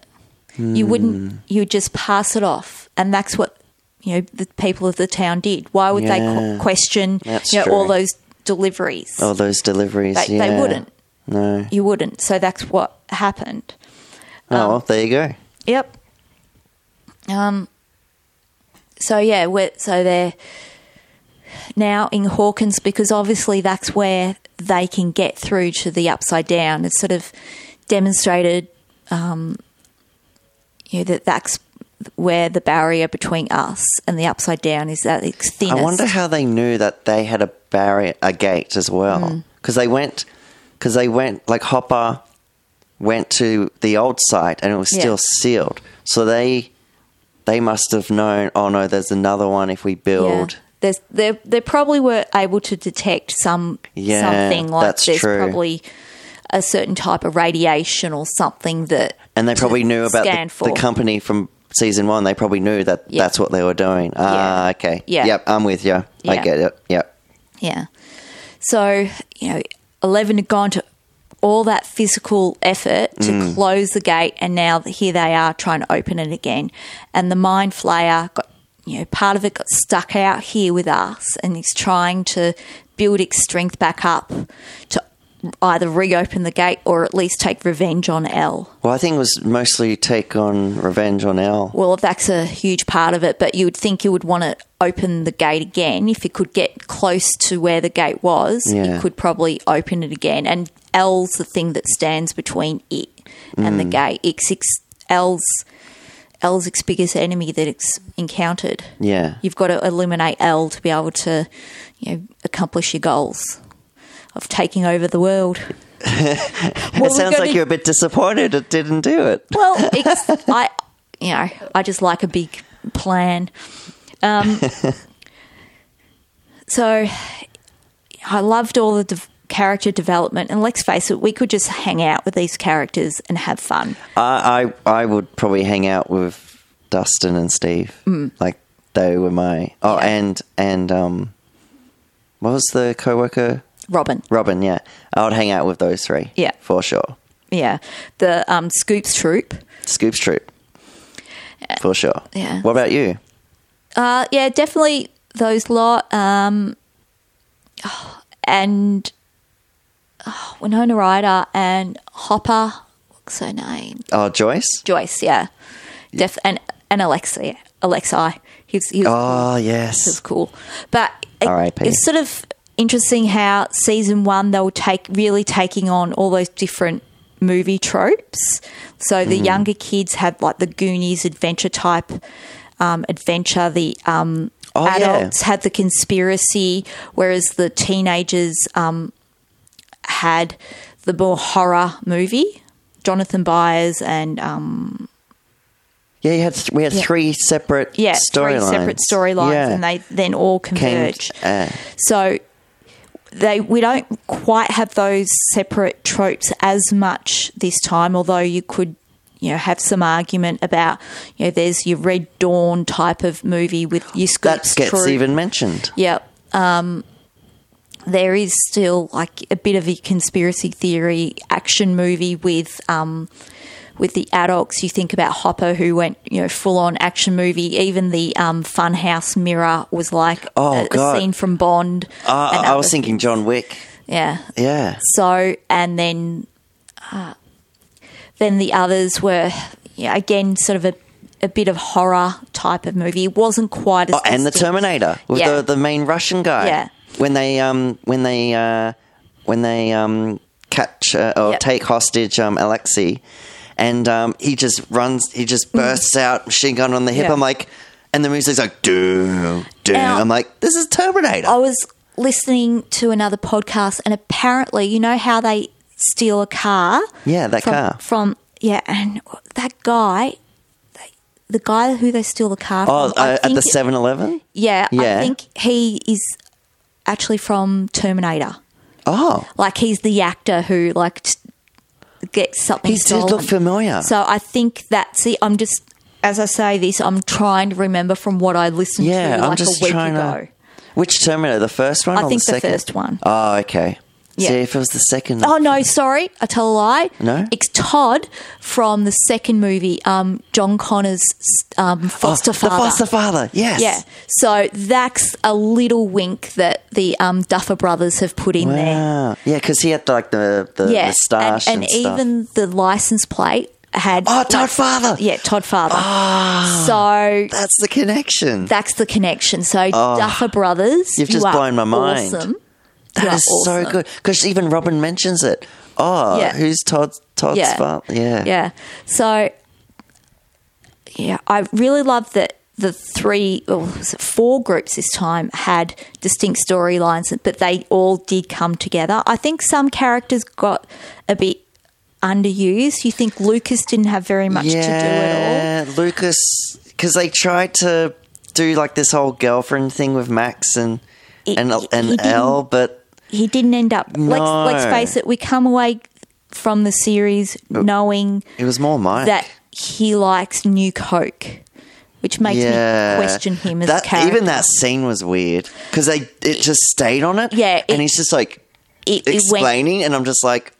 You Hmm. wouldn't. You would just pass it off, and that's what you know the people of the town did. Why would they Yeah. qu- question That's you know, all true. Oh. those deliveries? All those deliveries. they, yeah. they wouldn't. No. You wouldn't. So that's what happened. Um, oh, well, there you go. Yep. Um. So yeah, we're, so they're now in Hawkins because obviously that's where they can get through to the upside down. It's sort of demonstrated, um, you know, that that's where the barrier between us and the upside down is that it's thinnest. I wonder how they knew that they had a barrier, a gate as Mm. well, because they went, because they went like Hopper went to the old site and it was Yeah. still sealed. So they they must have known. Oh no, there's another one if we build. Yeah. There's, they they probably were able to detect some Yeah, something like that's there's true. probably a certain type of radiation or something that And they probably knew about scan the, the for. company from season one. They probably knew that Yeah. that's what they were doing. Ah, okay. Yeah. Yep, I'm with you. I Yeah. get it. Yep. yeah. So you know, eleven had gone to all that physical effort to close the gate, and now here they are trying to open it again. And the mind flayer got you know part of it got stuck out here with us, and he's trying to build its strength back up to either reopen the gate or at least take revenge on L. Well, I think it was mostly take on revenge on L. Well, that's a huge part of it, but you would think you would want to open the gate again. If it could get close to where the gate was, Yeah. you could probably open it again. And L's the thing that stands between it and Mm. the gate. It's ex- L's L's its biggest enemy that it's encountered. Yeah. You've got to eliminate L to be able to, you know, accomplish your goals of taking over the world. Well, it we've sounds got like to- you're a bit disappointed it didn't do it. well, it's, I, you know, I just like a big plan. Um, so I loved all the de- character development, and let's face it, we could just hang out with these characters and have fun. I, I I would probably hang out with Dustin and Steve. Like they were my oh Mm. Yeah. and and um what was the coworker Robin, Robin? Yeah, I would hang out with those three. Yeah. for sure. yeah, the um, Scoops troop. Scoops troop for sure. Uh, yeah. What about you? Uh, yeah, definitely those lot. Um, and oh, Winona Ryder and Hopper. What's her name? Oh, Joyce. Joyce, yeah. Def and and Alexa, yeah. Alexei. He was, he was, Oh he was yes. cool. But it- R.I.P.. it's sort of interesting how season one they were take really taking on all those different movie tropes. So Mm-hmm. the younger kids had like the Goonies adventure type um, adventure, the um Oh, yeah. adults had the conspiracy, whereas the teenagers um, had the more horror movie. Jonathan Byers and um, Yeah, you had th- we had three separate yeah, three storylines. separate storylines, Yeah. and they then all Came- converge. uh, so they we don't quite have those separate tropes as much this time, although you could. You know, have some argument about you know there's your Red Dawn type of movie with your that Scoops gets troop. even mentioned. Yeah. Um, there is still like a bit of a conspiracy theory action movie with um, with the adults, you think about Hopper, who went you know full on action movie. Even the um, Funhouse mirror was like Oh, a, a God. Uh, scene from Bond. I- and I was other- thinking John Wick. yeah. Yeah. So and then, uh, then the others were yeah, again sort of a, a bit of horror type of movie. It wasn't quite as Oh, and the distinct. Terminator with Yeah. the, the main Russian guy. Yeah. When they um when they uh when they um catch uh, or Yep. take hostage um Alexei, and um he just runs he just bursts out machine gun on the hip. Mm-hmm. Yeah. I'm like, and the music's like do do. Now- I'm like, this is Terminator. I was listening to another podcast, and apparently, you know how they steal a car? Yeah, that from, car. From yeah, and that guy, the guy who they steal the car Oh, from. I uh, at the think- 7-Eleven? Yeah, Yeah. I think he is actually from Terminator. Oh, Like he's the actor who like t- gets something. he did stolen. look familiar. So I think that's the. I'm just as I say this, I'm trying to remember from what I listened yeah, to I'm like just a week trying ago. to. Which Terminator? The first one? I or think the, the second? first one. Oh, okay. Yeah. See, if it was the second, Oh no, sorry, I tell a lie. No? it's Todd from the second movie, um, John Connor's um, Oh, foster father. the foster father. Yes. Yeah, so that's a little wink that the um, Duffer brothers have put in there. Wow. Yeah, because he had like the the Yeah, moustache and, and, and stuff. even the license plate had oh, Todd Father. Ah. yeah Todd father. so that's the connection. That that's the connection. So Duffer brothers, Ah. You've you just are blown my mind. Awesome. is You are so awesome. good. Because even Robin mentions it. Oh, Yeah. who's Todd? Todd's Yeah. father. Yeah. Yeah. So, yeah, I really love that the three, or was it four groups this time had distinct storylines, but they all did come together. I think some characters got a bit underused. You think Lucas didn't have very much to do at all? Yeah, Lucas, because they tried to do like this whole girlfriend thing with Max and It- and it- he and didn't- L, but He didn't end up. No. Let's, let's face it, we come away from the series Oh. knowing it was more Mike. that he likes New Coke. Which makes yeah, me question him as that, a character. even that scene was weird because they it just stayed on it. Yeah, it- and he's just like it, it went explaining, and I'm just like,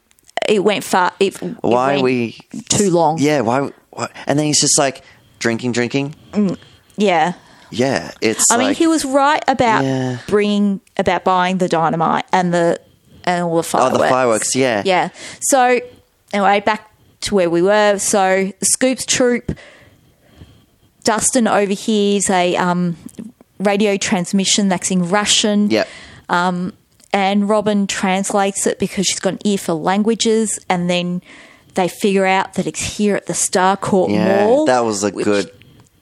it went far. It, it why went we too long? Yeah, why, why? And then he's just like drinking, drinking. yeah. Yeah, it's. I mean, like- he was right about Yeah. bringing about buying the dynamite and the and all the Oh, fireworks. the fireworks. Yeah, Yeah. So anyway, back to where we were. So the Scoops troop. Dustin overhears a um, radio transmission that's in Russian. Yep. and Robin translates it because she's got an ear for languages, and then they figure out that it's here at the Star Court Yeah, Mall. that was a which good.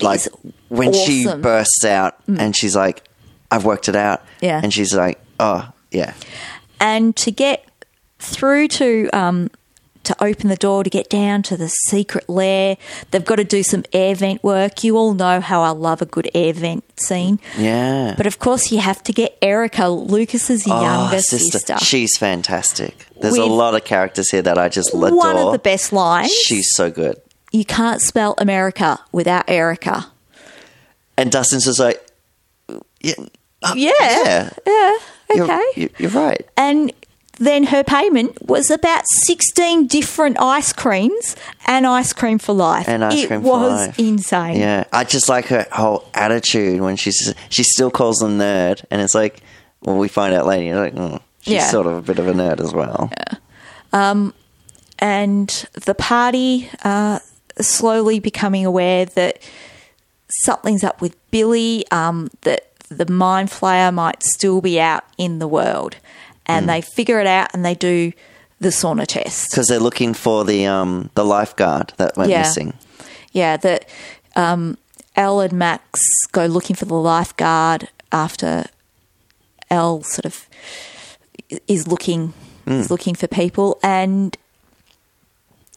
Like is when she awesome. Mm. bursts out and she's like, "I've worked it out." Yeah. and she's like, "Oh, yeah." and to get through to um, to open the door to get down to the secret lair, they've got to do some air vent work. You all know how I love a good air vent scene, Yeah. but of course you have to get Erica, Lucas's Oh, younger sister. sister. She's fantastic. There's a With- lot of characters here that I just adore. one of the best lines. She's so good. you can't spell America without Erica. And Dustin's just like, yeah, Yeah. Uh, yeah, Okay. you're, you- you're right. and then her payment was about 16 different ice creams and ice cream for life. And ice it cream for was life. insane. Yeah, I just like her whole attitude when she's she still calls them nerd, and it's like, well, we find out later. You're like, mm, she's Yeah. sort of a bit of a nerd as well. And the party uh, slowly becoming aware that something's up with Billy, um, that the mind flayer might still be out in the world. Mm. And they figure it out and they do the sauna test. Because they're looking for the um the lifeguard that went Yeah. missing. yeah, that um, Elle and Max go looking for the lifeguard after Elle sort of is looking Mm. is looking for people, and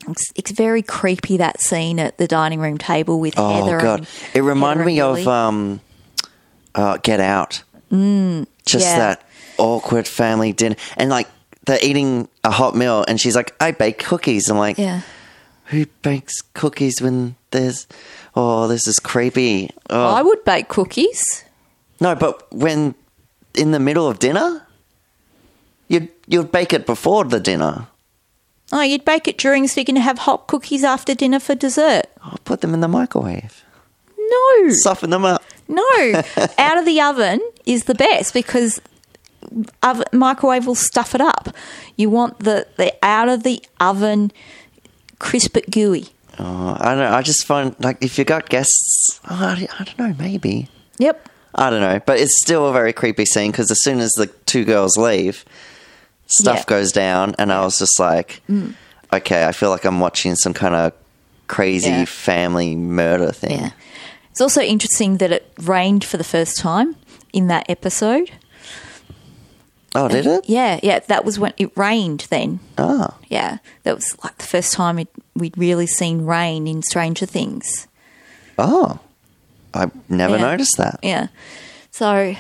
it's, it's very creepy that scene at the dining room table with Oh Heather. god, and it reminded Heather and me of Billy. um, uh, Get Out. Just Mm, yeah. that awkward family dinner, and like they're eating a hot meal, and she's like, "I bake cookies." I'm like, yeah. "Who bakes cookies when there's?" Oh, this is creepy. Oh. I would bake cookies. No, but when in the middle of dinner, you'd you'd bake it before the dinner. Oh, you'd bake it during so you can have hot cookies after dinner for dessert. I'll Oh, put them in the microwave. No. Soften them up. No, out of the oven is the best because oven, microwave will stuff it up. You want the, the out of the oven crisp but gooey. Oh, I don't know. I just find, like, if you got guests, oh, I, I don't know, maybe. Yep. I don't know. But it's still a very creepy scene because as soon as the two girls leave, stuff Yeah. Mm. goes down. And I was just like, okay, I feel like I'm watching some kind of crazy Yeah. family murder thing. Yeah. It's also interesting that it rained for the first time in that episode. Oh, did it? Yeah, yeah, that was when it rained then. Oh. Yeah, that was like the first time it, we'd really seen rain in Stranger Things. Oh. I never Yeah. noticed that. Yeah. So,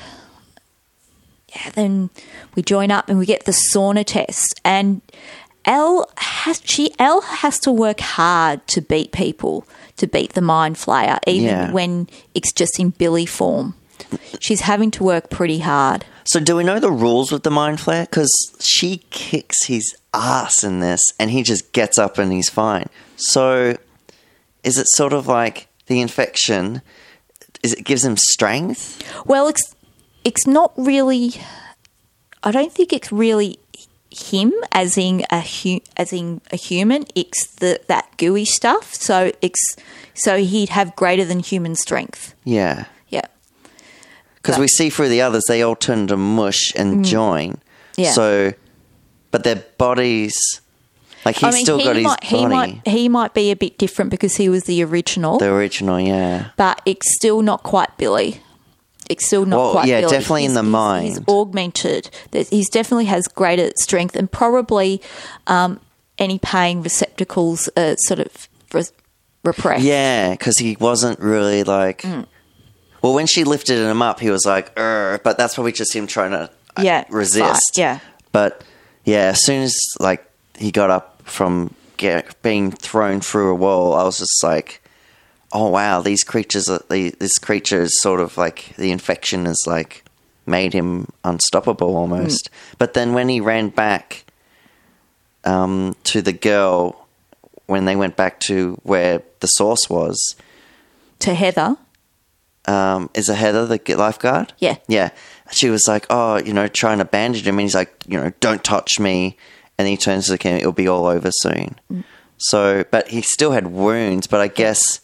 yeah, then we join up and we get the sauna test. And Elle has she Elle has to work hard to beat people to beat the mind flayer, even Yeah. when it's just in Billy form. She's having to work pretty hard. So, do we know the rules with the mind flare? Because she kicks his ass in this, and he just gets up and he's fine. So, is it sort of like the infection? Is it gives him strength? Well, it's it's not really. I don't think it's really him as in a hu- as in a human. It's the that gooey stuff. So it's so he'd have greater than human strength. Yeah, Yeah, because we see through the others, they all turn to mush and join. Mm. Yeah. So, but their bodies, like he's still got his might, he body, might he might be a bit different because he was the original, the original. Yeah. but it's still not quite Billy. It's still not Well, quite. yeah, Billy. definitely in the he's- He's mind. augmented. There's- He's definitely has greater strength and probably um, any pain receptacles uh, sort of re- repressed. Yeah, because he wasn't really like. Mm. Well, when she lifted him up, he was like, "Er," but that's probably just him trying to uh, Yeah, resist. fight, yeah. but yeah, as soon as like he got up from get, being thrown through a wall, I was just like, "Oh wow, these creatures! Are, the this creature is sort of like the infection is like made him unstoppable almost." Hmm. But then when he ran back um, to the girl, when they went back to where the source was, To Heather, um, is a Heather the g- lifeguard? Yeah. yeah. She was like, "Oh, you know, trying to bandage him," and he's like, "You know, don't touch me." And he turns to the camera; it'll be all over soon. Mm. So, but he still had wounds. But I guess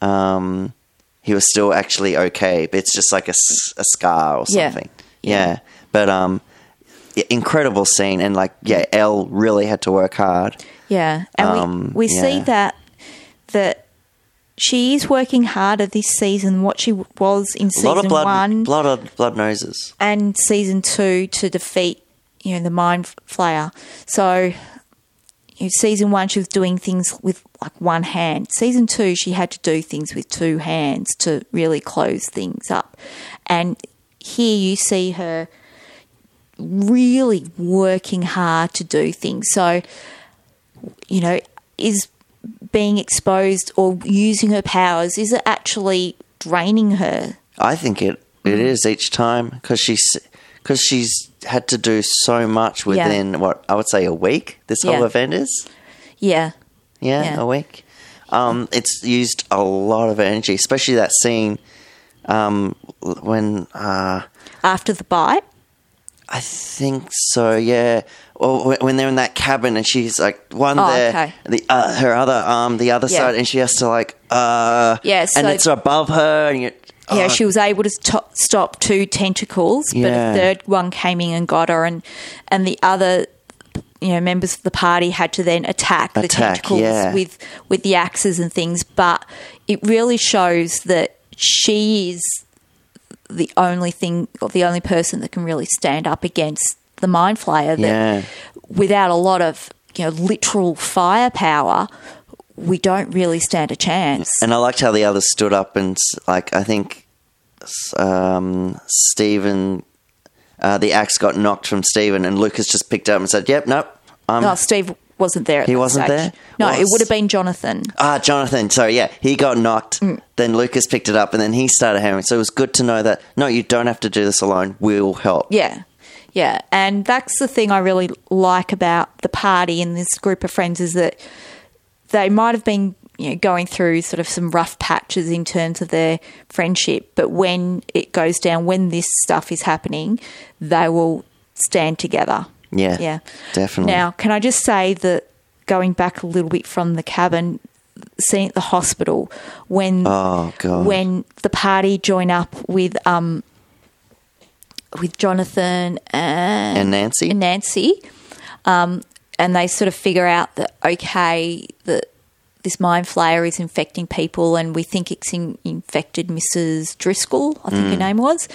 um, he was still actually okay. But it's just like a, s- a scar or Yeah. something. Yeah. yeah. But um, yeah, incredible scene, and like, yeah, Elle really had to work hard. yeah, and Um, we we see yeah. that that she is working harder this season than what she w- was in A season lot of blood, one. blood, of blood noses. and season two to defeat you know the mind flayer. So you know, season one she was doing things with like one hand. Season two she had to do things with two hands to really close things up. And here you see her really working hard to do things. So you know is being exposed or using her powers is it actually draining her I think it Mm-hmm. it is each time because she's because she's had to do so much within what I would say a week. This whole Yeah. event is yeah yeah, Yeah. a week. Um, it's used a lot of energy, especially that scene um, l- when uh, after the bite I think so. Yeah, well, wh- when they're in that cabin and she's like one Oh, there, okay. the uh, her other arm, the other Yeah. side, and she has to like uh, Yeah, so- and it's above her, and you, yeah, oh, she was able to to- stop two tentacles, but Yeah. a third one came in and got her, and and the other, you know, members of the party had to then attack, the Attack, tentacles yeah. with with the axes and things. But it really shows that she is the only thing, or the only person that can really stand up against the mind flayer. That Yeah. without a lot of you know literal firepower, we don't really stand a chance. And I liked how the others stood up and s- like I think s- um, Stephen, uh, the axe got knocked from Stephen, and Lucas just picked up and said, "Yep, nope, I'm." No, Steve wasn't there. At Um, He that wasn't stage. there? No, Well, it would have been Jonathan. Ah, Jonathan. Sorry, yeah, he got knocked. Mm. Then Lucas picked it up, and then he started hammering. So it was good to know that no, you don't have to do this alone. We'll help. Yeah, Yeah, and that's the thing I really like about the party and this group of friends is that they might have been you know going through sort of some rough patches in terms of their friendship, but when it goes down, when this stuff is happening, they will stand together. Yeah. Yeah. Definitely. Now, can I just say that going back a little bit from the cabin, seeing at the hospital when Oh, God. when the party join up with um with Jonathan and And Nancy? and Nancy, um, and they sort of figure out that okay that this mind flayer is infecting people, and we think it's in, infected Mrs. Driscoll, I Mm. think her name was,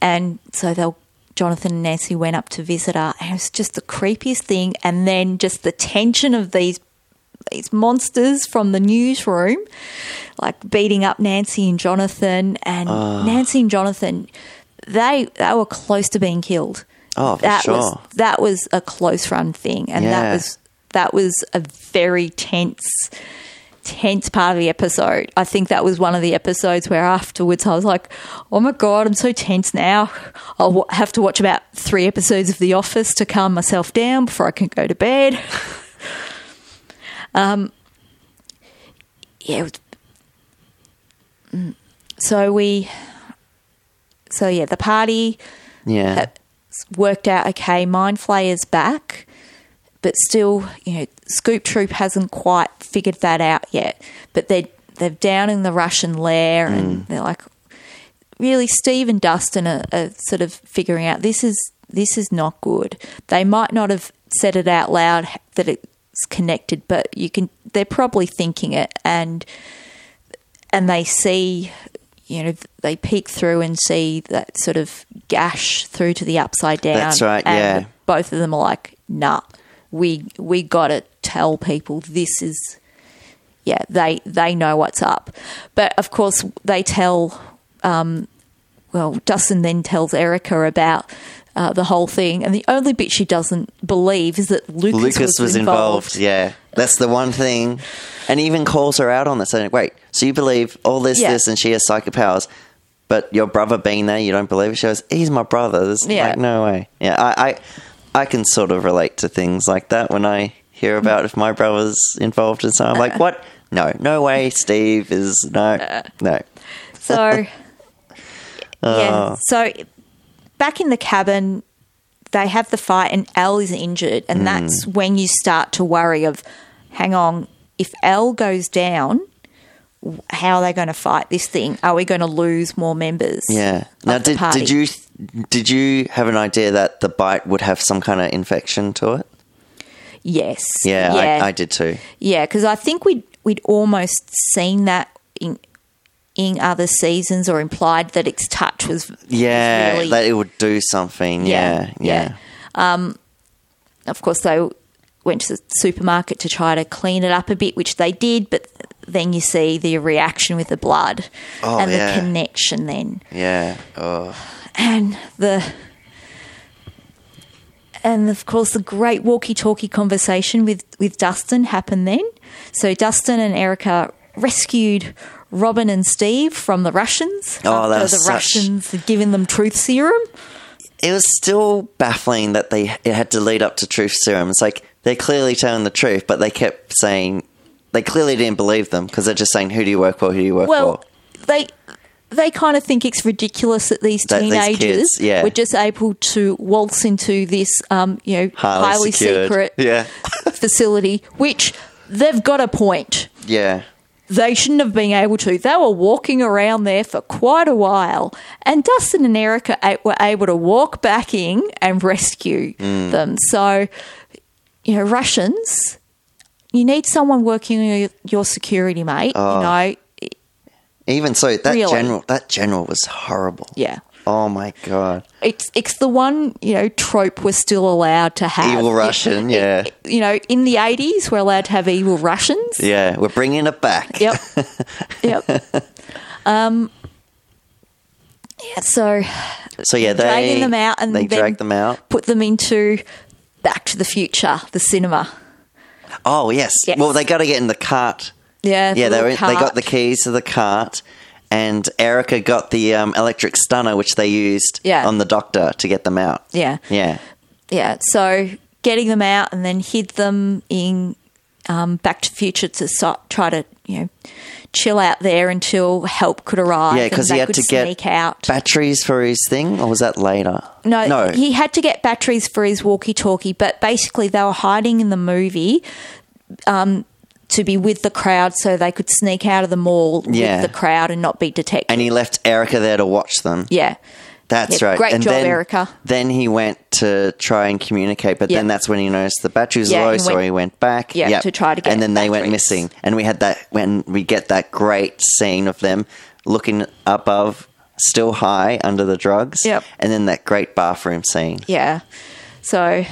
and so they'll. Jonathan and Nancy went up to visit her, and it was just the creepiest thing. And then just the tension of these these monsters from the newsroom, like beating up Nancy and Jonathan, and Ah. Nancy and Jonathan, they they were close to being killed. Oh, for that was sure. that was a close run thing, and Yeah. that was that was a very tense. Tense part of the episode. I think that was one of the episodes where afterwards I was like, "Oh my god, I'm so tense now. I'll w- have to watch about three episodes of The Office to calm myself down before I can go to bed." [laughs] Um, yeah. It was, Mm. so we, so yeah, the party yeah. uh, worked out okay. Mind Flayer's back, but still, you know, Scoop Troop hasn't quite figured that out yet. But they they're down in the Russian lair, and they're like, really, Steve and Dustin are, are sort of figuring out this is this is not good. They might not have said it out loud that it's connected, but you can. They're probably thinking it, and and they see, you know, they peek through and see that sort of gash through to the upside down. That's right, and yeah. Both of them are like, nah, we we gotta tell people this is yeah, they they know what's up. But of course they tell um well, Dustin then tells Erica about uh, the whole thing, and the only bit she doesn't believe is that Lucas, Lucas was, involved. Yeah, that's the one thing. And he even calls her out on this. And wait, so you believe all this, Yeah. this, and she has psychic powers, but your brother being there, you don't believe it? She goes, he's my brother. There's Yeah. like no way. Yeah, I, I, I can sort of relate to things like that when I hear about if my brother's involved in something. I'm like, what? No, no way. Steve is no, Uh. no. [laughs] So, Uh. yeah. So, back in the cabin, they have the fight, and Elle is injured, Hmm. and that's when you start to worry of, hang on, if Elle goes down, w- how are they going to fight this thing? Are we going to lose more members? Yeah. of Now, the did party? did you did you have an idea that the bite would have some kind of infection to it? Yes. Yeah, I, I did too. Yeah, because I think we'd we'd almost seen that in in other seasons, or implied that its touch was was Yeah, really- that it would do something. Yeah, yeah. Um, of course, they went to the supermarket to try to clean it up a bit, which they did, but then you see the reaction with the blood Oh, and yeah. the connection then. Yeah. Oh, And the. And of course, the great walkie-talkie conversation with, with Dustin happened then. So Dustin and Erica rescued Robin and Steve from the Russians. Oh, that after was the such- Russians had given them truth serum. it was still baffling that they it had to lead up to truth serum. It's like they're clearly telling the truth, but they kept saying they clearly didn't believe them because they're just saying, "Who do you work for? Who do you work Well, for?" they they kind of think it's ridiculous that these That these teenagers kids, yeah. were just able to waltz into this, um, you know, highly, Highly, secured. secret [laughs] Yeah, facility, which they've got a point. yeah, They shouldn't have been able to. They were walking around there for quite a while, and Dustin and Erica a- were able to walk back in and rescue Mm. them. So, you know, Russians, you need someone working your, your security, mate. Ah. You know, Even so, that Really. general that general was horrible. yeah. Oh my god. it's it's the one you know trope we're still allowed to have. Evil Russian. Yeah. You know, in the eighties, we're allowed to have evil Russians. yeah, we're bringing it back. Yep. [laughs] yep. Um. Yeah. So So yeah, they Dragging them out and they then- dragged them out. put them into Back to the Future, the cinema. Oh yes. Yes. Well, they got to get in the cart. Yeah. yeah, the they, were, little they got the cart. keys to the cart, and Erica got the um, electric stunner, which they used Yeah. on the doctor to get them out. Yeah. Yeah. Yeah. So getting them out and then hid them in um, Back to the Future to so- try to you know chill out there until help could arrive. Yeah, and because they he had could to get sneak out. batteries for his thing, or was that later? No, no. he had to get batteries for his walkie-talkie, but basically they were hiding in the movie um, to be with the crowd so they could sneak out of the mall Yeah. with the crowd and not be detected. and he left Erica there to watch them. yeah. That's Yeah, right. great and job, then, Erica. Then he went to try and communicate, but then Yeah. that's when he noticed the batteries Yeah, low, he so went- he went back. Yeah, Yep. to try to get And then they went batteries. missing, and we had that when we get that great scene of them looking above, still high under the drugs. Yep. And then that great bathroom scene. Yeah. So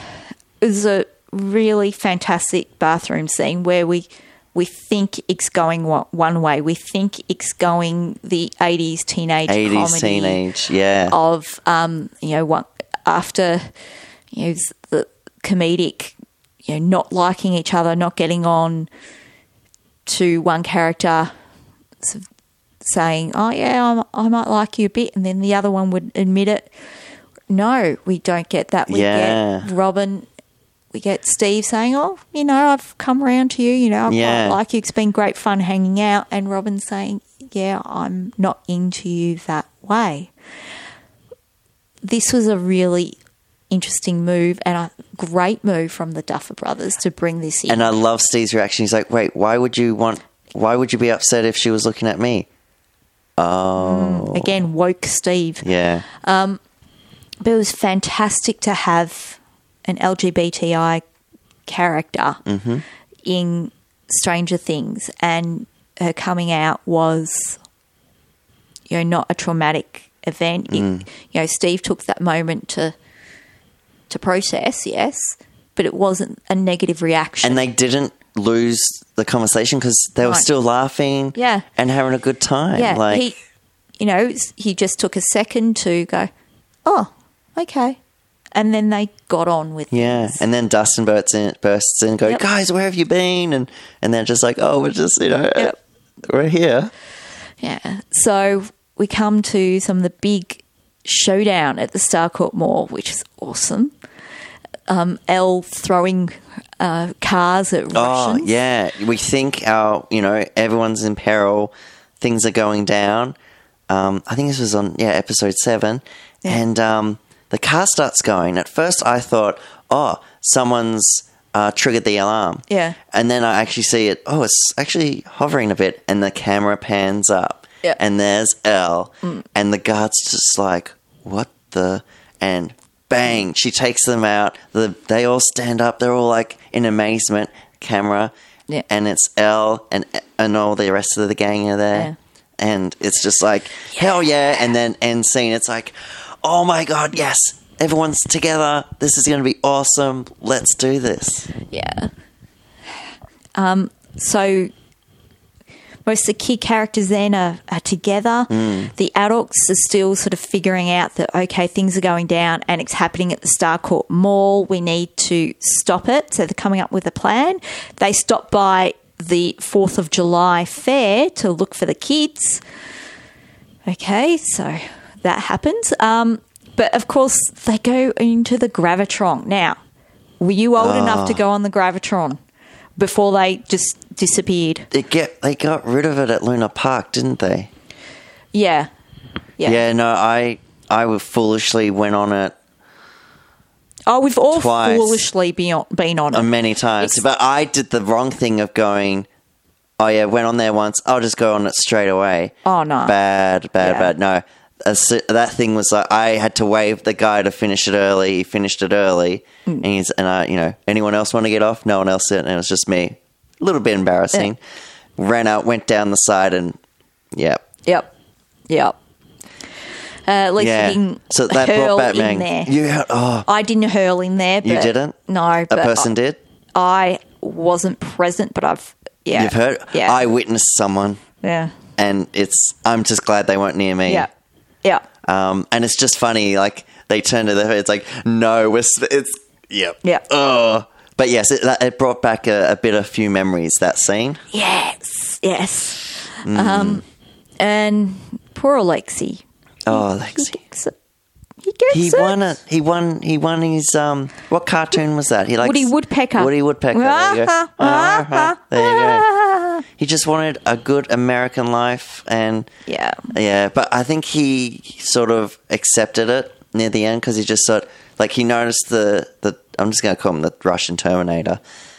it was a really fantastic bathroom scene where we we think it's going one- one way. We think it's going the 80s teenage 80s comedy teenage, yeah. of um, you know one, after you know s- the comedic you know not liking each other, not getting on to one character s- saying, "Oh yeah, I'm, I might like you a bit," and then the other one would admit it. No, we don't get that. We Yeah. get Robin. We get Steve saying, "Oh, you know, I've come around to you. You know, I Yeah. quite like you. It's been great fun hanging out." And Robin saying, "Yeah, I'm not into you that way." This was a really interesting move and a great move from the Duffer Brothers to bring this in. And I love Steve's reaction. He's like, "Wait, why would you want? Why would you be upset if she was looking at me?" Again, woke Steve. Yeah. But it was fantastic to have an LGBTI character in Stranger Things, and her coming out was, you know, not a traumatic event. It- you know, Steve took that moment to to process, yes, but it wasn't a negative reaction. and they didn't lose the conversation because they were Right. still laughing Yeah. and having a good time yeah, like he, you know, s- he just took a second to go, oh, okay, and then they got on with yeah things. and then dustin bursts in bursts in go Yep. guys where have you been and and they're just like oh we're just you know Yep. we're here Yeah. So we come to some of the big showdown at the Starcourt Mall, which is awesome. Um, Elle throwing uh, cars at oh Russians. yeah we think our you know everyone's in peril things are going down um i think this was on yeah episode seven and um the car starts going at first i thought oh someone's uh, triggered the alarm Yeah. And then I actually see it. Oh, it's actually hovering a bit, and the camera pans up. Yeah. Mm. And there's Elle, and the guard's just like, "What the?" And bang, she takes them out. The, they all stand up. They're all like in amazement. Camera. Yeah. And it's Elle and and all the rest of the gang are there, and it's just like hell yeah. And then end scene. It's like, oh my god, yes. Everyone's together. This is going to be awesome. Let's do this. Yeah. Um, so most of the key characters then are, are together. The adults are still sort of figuring out that, okay, things are going down and it's happening at the Starcourt Mall. We need to stop it. So they're coming up with a plan. They stop by the 4th of July fair to look for the kids. Okay, so that happens. Um, but of course, they go into the Gravitron. Now, were you old Ah. enough to go on the Gravitron before they just disappeared? they get they got rid of it at Luna Park, didn't they? Yeah. Yeah. Yeah, no, I I would foolishly went on it Oh, we've all Twice. Um, foolishly been on, been on it. many times, Ex- but I did the wrong thing of going. Oh yeah, went on there once. I'll just go on it straight away. Oh, no. bad, bad, Yeah. bad. No, As so- that thing was like I had to wave the guy to finish it early. He finished it early, Mm. and he's and I, you know, anyone else want to get off? No one else did, and it was just me. A little bit embarrassing. Ran out, went down the side, and yeah, Yep. Yep. Uh, at least we didn't So that hurl brought Batman. in there. You had- oh, I didn't hurl in there. But You didn't? No. a but person did. I, I wasn't present, but I've. Yeah. You've heard. Yeah. I witnessed someone, yeah. and it's. I'm just glad they weren't near me. Yeah. Yeah. Um, and it's just funny. Like they turn to their. It's like no. We're, s- it's. Yep. Yeah. Oh. But yes, it, that- it brought back a, a bit of few memories. That scene. Yes, yes. Um, and poor Alexi. Oh, He Lexi. gets it. He gets He it. won it. He won. He won his um. What cartoon was that? He like Woody Woodpecker. Woody Woodpecker. There [laughs] you go. Uh-huh. There you go. He just wanted a good American life, and Yeah. yeah. But I think he sort of accepted it near the end because he just sort like he noticed the the. I'm just gonna call him the Russian Terminator.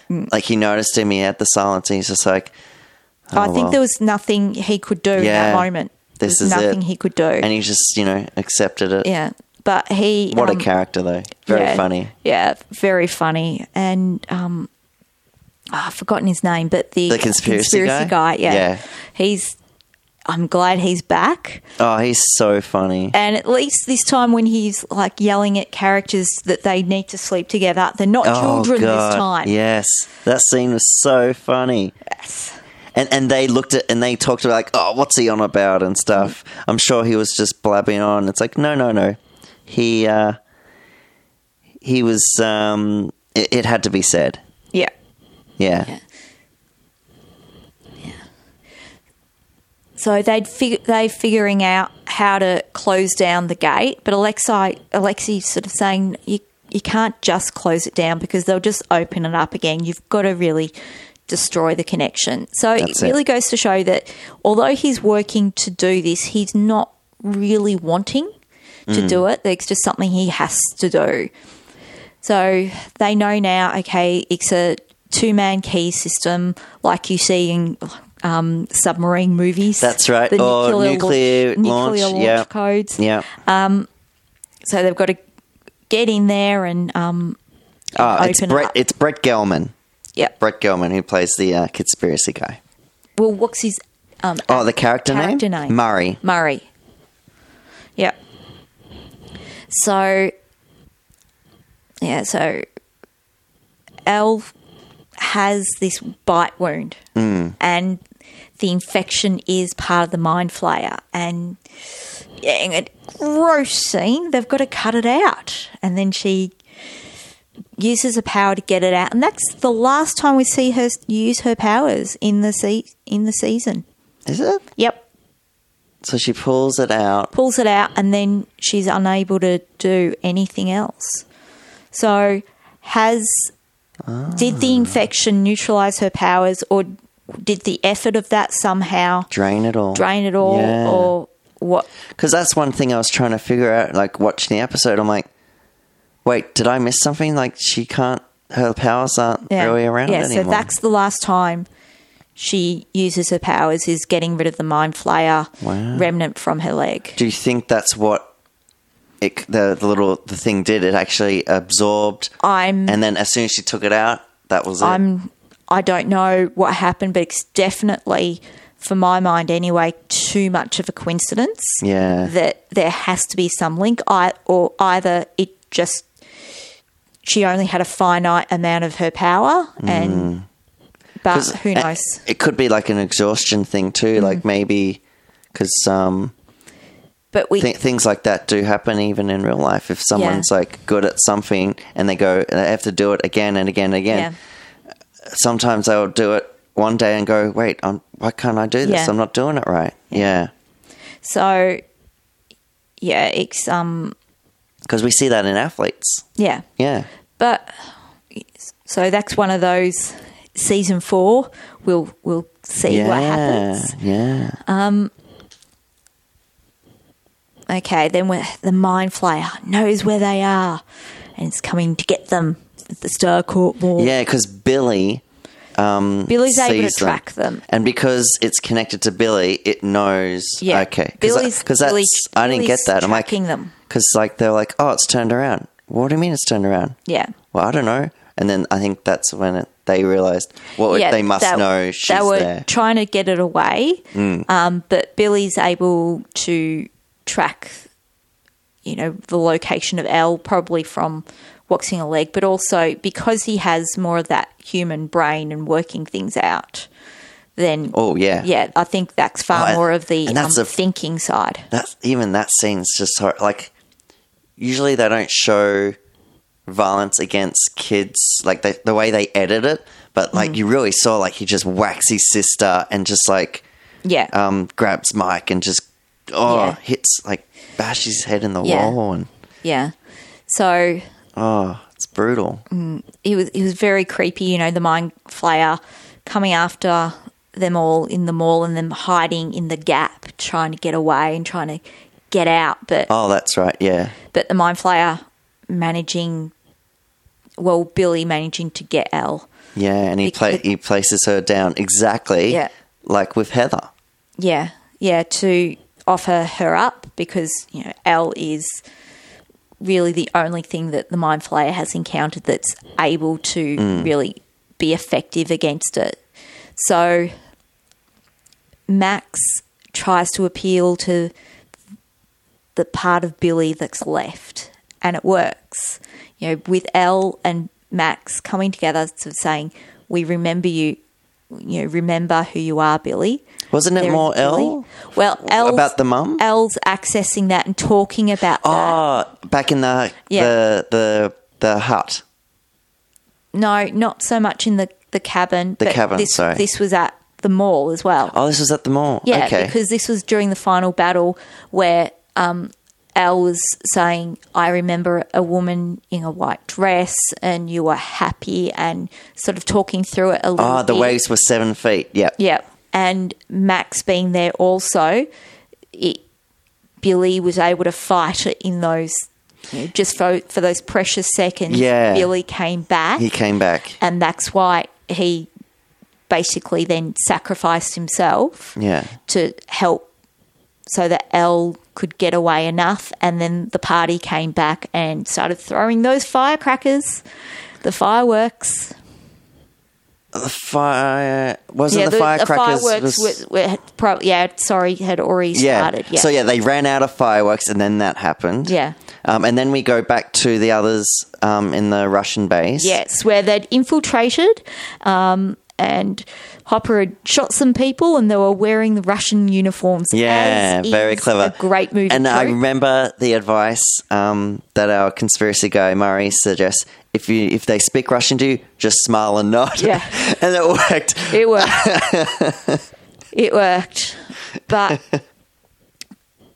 Mm. Like he noticed him. He had the silence. And he's just like. oh, I think well. there was nothing he could do in Yeah. that moment. There This was is it. nothing he could do. and he just you know accepted it. yeah. But he What um, a character though. Very yeah, funny. Yeah, very funny. And um, oh, I've forgotten his name, but the, The conspiracy guy? yeah. Yeah. he's. I'm glad he's back. Oh, he's so funny. And at least this time, when he's like yelling at characters that they need to sleep together, they're not children this time. Oh, Yes, that scene was so funny. Yes. And and they looked at and they talked about like, oh, what's he on about and stuff. I'm sure he was just blabbing on. It's like, no, no, no. He uh, he was. Um, it, it had to be said. Yeah. Yeah. Yeah. So they'd fig- they figuring out how to close down the gate, but Alexei Alexei sort of saying you you can't just close it down because they'll just open it up again. You've got to really destroy the connection. So That's it it. really goes to show that although he's working to do this, he's not really wanting to do it. It's just something he has to do. So they know now, okay, it's a two man key system like you see in um, submarine movies. That's right. Or nuclear launch, nuclear launch yeah. codes. Yeah. So they've got to get in there and, um, Oh, it's open it Brett. up. it's Brett Gelman. yeah. Brett Gelman who plays the uh, conspiracy guy. Well, what's his um, Oh, the character, Character name? name. Murray. Murray. Yep. So, yeah, so Elle has this bite wound, and the infection is part of the mind flayer. And yeah, in a gross scene, they've got to cut it out. And then she uses her power to get it out. And that's the last time we see her use her powers in the, se- in the season. Is it? Yep. So she pulls it out. pulls it out, and then she's unable to do anything else. So, has did Ah. the infection neutralize her powers, or did the effort of that somehow drain it all drain it all, or what? because that's one thing i was trying to figure out like watching the episode i'm like wait did i miss something like she can't her powers aren't really around yeah. anymore So that's the last time she uses her powers is getting rid of the mind flayer Wow. remnant from her leg. do you think that's what it the, the little the thing did it actually absorbed I'm and then as soon as she took it out that was it Mm. I'm I don't know what happened, but it's definitely, for my mind anyway, too much of a coincidence. Yeah. That there has to be some link. I or either it just she only had a finite amount of her power and but Mm. 'Cause ah, who it- knows? Mm. it, could be like an exhaustion thing too like maybe because um But we th- things like that do happen even in real life. If someone's like good at something and they go, they have to do it again and again and yeah. again. Sometimes they'll do it one day and go, wait, I'm, why can't I do this? Yeah. I'm not doing it right. Yeah. So yeah, it's um Because we see that in athletes. yeah. Yeah. But so that's one of those season four. We'll we'll see yeah. what happens. Yeah. Okay, then we the Mind Flayer knows where they are and it's coming to get them at the Star Court Mall. yeah. Because Billy Billy's able to sees them. track them. And because it's connected to Billy, it knows. Yeah. Okay. Billy's- Because that's Billy- I didn't get Billy's that. I'm like tracking them. Because like they're like, oh, it's turned around. What do you mean it's turned around? Yeah. Well, I don't know. And then I think that's when it, they realized. Well, yeah, they must that- know she's They were there. Mm. trying to get it away, um, but Billy's able to track, you know, the location of Elle probably from waxing a leg, but also because he has more of that human brain and working things out, then, oh yeah, yeah, I think that's Oh, far and- more of the and that's um, a- thinking side. That even that scene's just hor- like. Usually they don't show violence against kids like they, Mm-hmm. the way they edit it, but like you really saw like he just whacks his sister and just like Yeah. um, grabs Mike and just oh Yeah. hits like bashes his head in the Yeah. wall and yeah. So oh it's brutal. Mm. he was he was very creepy. You know, the mind flayer coming after them all in the mall and them hiding in the gap, trying to get away and trying to get out. But Oh, that's right. Yeah, but the mind flayer managing, well, Billy managing to get L. yeah, and he pla- Because- he places her down exactly Yeah. like with Heather. Yeah, yeah, to offer her up because you know L is really the only thing that the mind flayer has encountered that's able to really be effective against it. So Max tries to appeal to the part of Billy that's left, and it works. You know, with Elle and Max coming together to saying, "We remember you." You know, remember who you are, Billy. Wasn't it There is more Elle? Billy. Well, Elle's, about the mum? Elle's accessing that and talking about that. Oh, back in the Yeah. the the the hut. No, not so much in the the cabin. The cabin, This, sorry. this was at the mall as well. Oh, this was at the mall. Yeah, okay. because this was during the final battle where um, Al was saying, I remember a woman in a white dress and you were happy and sort of talking through it a little oh, the bit. waves were seven feet. Yep. Yeah. And Max being there also, it, Billy was able to fight it in those, you know, just for, for those precious seconds. Yeah. Billy came back He came back. and that's why he basically then sacrificed himself Yeah. to help so that L could get away enough. And then the party came back and started throwing those firecrackers, the fireworks. The fire wasn't yeah, the, firecrackers. fireworks was- were, were pro- yeah, sorry, had already yeah. started. Yeah. So yeah, they ran out of fireworks, and then that happened. Yeah. Um, and then we go back to the others um, in the Russian base. Yes, where they'd infiltrated um, and Hopper had shot some people and they were wearing the Russian uniforms. Yeah, as very is clever. A great movie. And I trope. remember the advice um, that our conspiracy guy Murray suggests: if you if they speak Russian to you, just smile and nod. Yeah. [laughs] and it worked. It worked. it worked. But,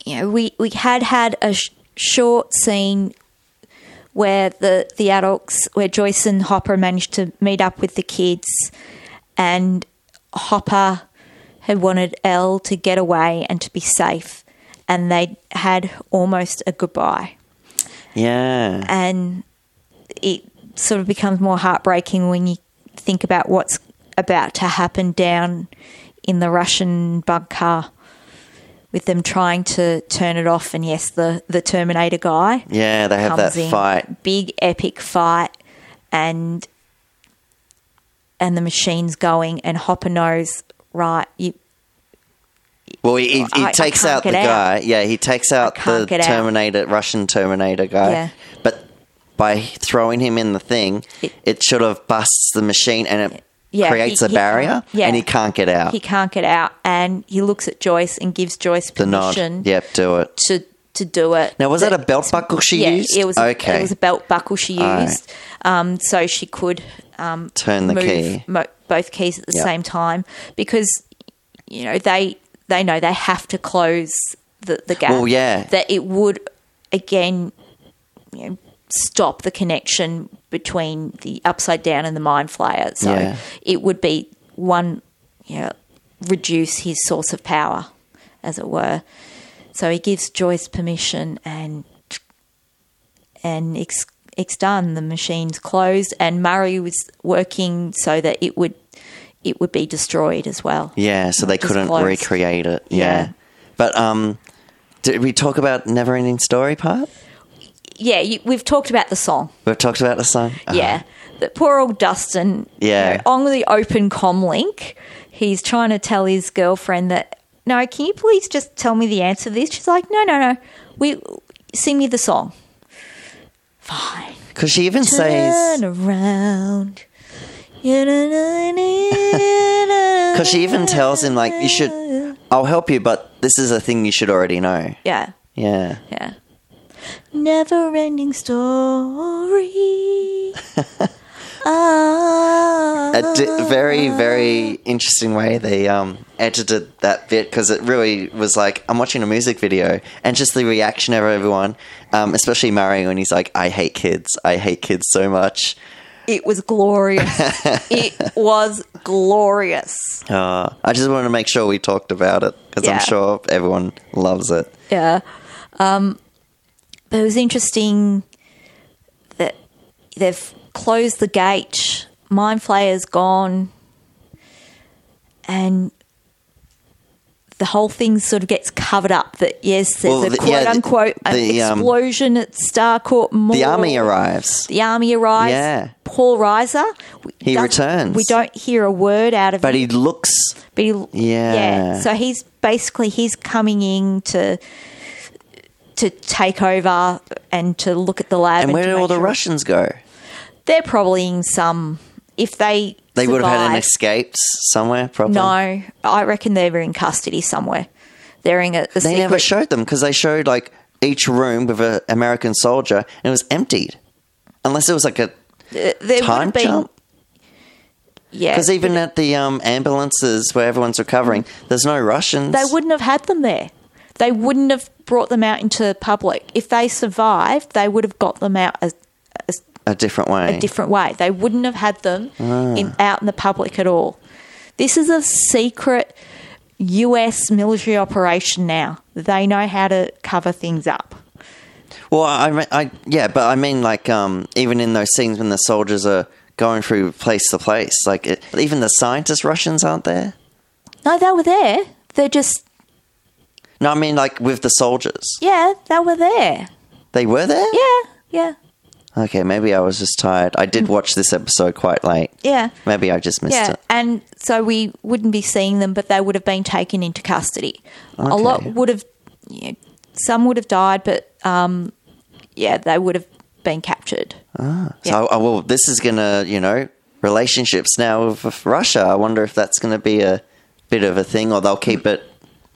you know, we, we had had a sh- short scene where the, the adults, where Joyce and Hopper managed to meet up with the kids, and Hopper had wanted Elle to get away and to be safe. And they had almost a goodbye Yeah. and it sort of becomes more heartbreaking when you think about what's about to happen down in the Russian bug car with them trying to turn it off and yes the the terminator guy Yeah, they have comes that in fight. big epic fight and and the machine's going and Hopper knows right you Well, he, he, he I- I takes can't out the get guy. Yeah, he takes out can't the get out. Terminator, Russian Terminator guy. Yeah. But by throwing him in the thing, It- it, sort of busts the machine and it Yeah, creates he- a he barrier can't- yeah. and he can't get out. he can't get out and he looks at Joyce and gives Joyce the nod. permission Yep, do it. to to do it Now, was that, a belt buckle she yeah, used? It was okay. It was a belt buckle she Aye. used, um, so she could um, Turn the move key. mo- both keys at the Yeah. same time because you know they they know they have to close the the gap. Well, yeah. that it would again you know, stop the connection between the upside down and the mind flayer. So Yeah. it would be one, you know, reduce his source of power, as it were. So he gives Joyce permission, and and it's it's done. The machine's closed, and Murray was working so that it would it would be destroyed as well. Yeah, so they just couldn't closed. recreate it. Yeah. Yeah. But um, did we talk about Never Ending Story part? Yeah, you, we've talked about the song. We've talked about the song. Uh-huh. Yeah. That poor old Dustin. you Yeah. know, on the open com link, he's trying to tell his girlfriend that, no, can you please just tell me the answer to this? She's like, no, no, no. We sing me the song. Fine. Because she even Turn says, around. because [laughs] Because she even tells him, like, you should, I'll help you, but this is a thing you should already know. Yeah. Yeah. Yeah. Never [laughs] ending story. ah, a di- very very interesting way they um, edited that bit because it really was like I'm watching a music video and just the reaction of everyone, um, especially Mario when he's like I hate kids, I hate kids so much. It was glorious. [laughs] it was glorious. Uh, I just wanted to make sure we talked about it because Yeah. I'm sure everyone loves it. Yeah. Um, but it was interesting that they've closed the gate. Mind Flayer's gone. And the whole thing sort of gets covered up that, yes, there's Well, a the- quote yeah, the- unquote an the, um, explosion at Starcourt Mall. The army arrives, The army arrives. Yeah. Paul Reiser. we- He doesn't- returns. We don't hear a word out of but him. he looks But he, Yeah. So he's basically he's coming in to to take over and to look at the lab. and where to do all make the sure- Russians go? They're probably in some. If they They would have had an survive- escape somewhere, probably. No, I reckon they were in custody somewhere. They're in a, a They secret. never showed them because they showed like each room with an American soldier and it was emptied. Unless it was like a there would have time been, jump. Yeah, Because even at the um, ambulances where everyone's recovering, there's no Russians. they wouldn't have had them there. They wouldn't have brought them out into the public. If they survived, they would have got them out as, as A different way. a different way. They wouldn't have had them Ah. in, out in the public at all. This is a secret US military operation now. They know how to cover things up. well, I, me- I, yeah, but I mean, like, um, even in those scenes when the soldiers are going through place to place, like, it, even the scientist Russians aren't there. No, they were there. They're just, No, I mean, like, with the soldiers. yeah, they were there. They were there? Yeah, yeah, Okay, maybe I was just tired. I did watch this episode quite late. yeah. Maybe I just missed Yeah, it. and so we wouldn't be seeing them, but they would have been taken into custody. A Okay. lot would have, you know, some would have died, but um, yeah, they would have been captured. So, oh, well, this is going to, you know, relationships now with, with Russia. I wonder if that's going to be a bit of a thing or they'll keep it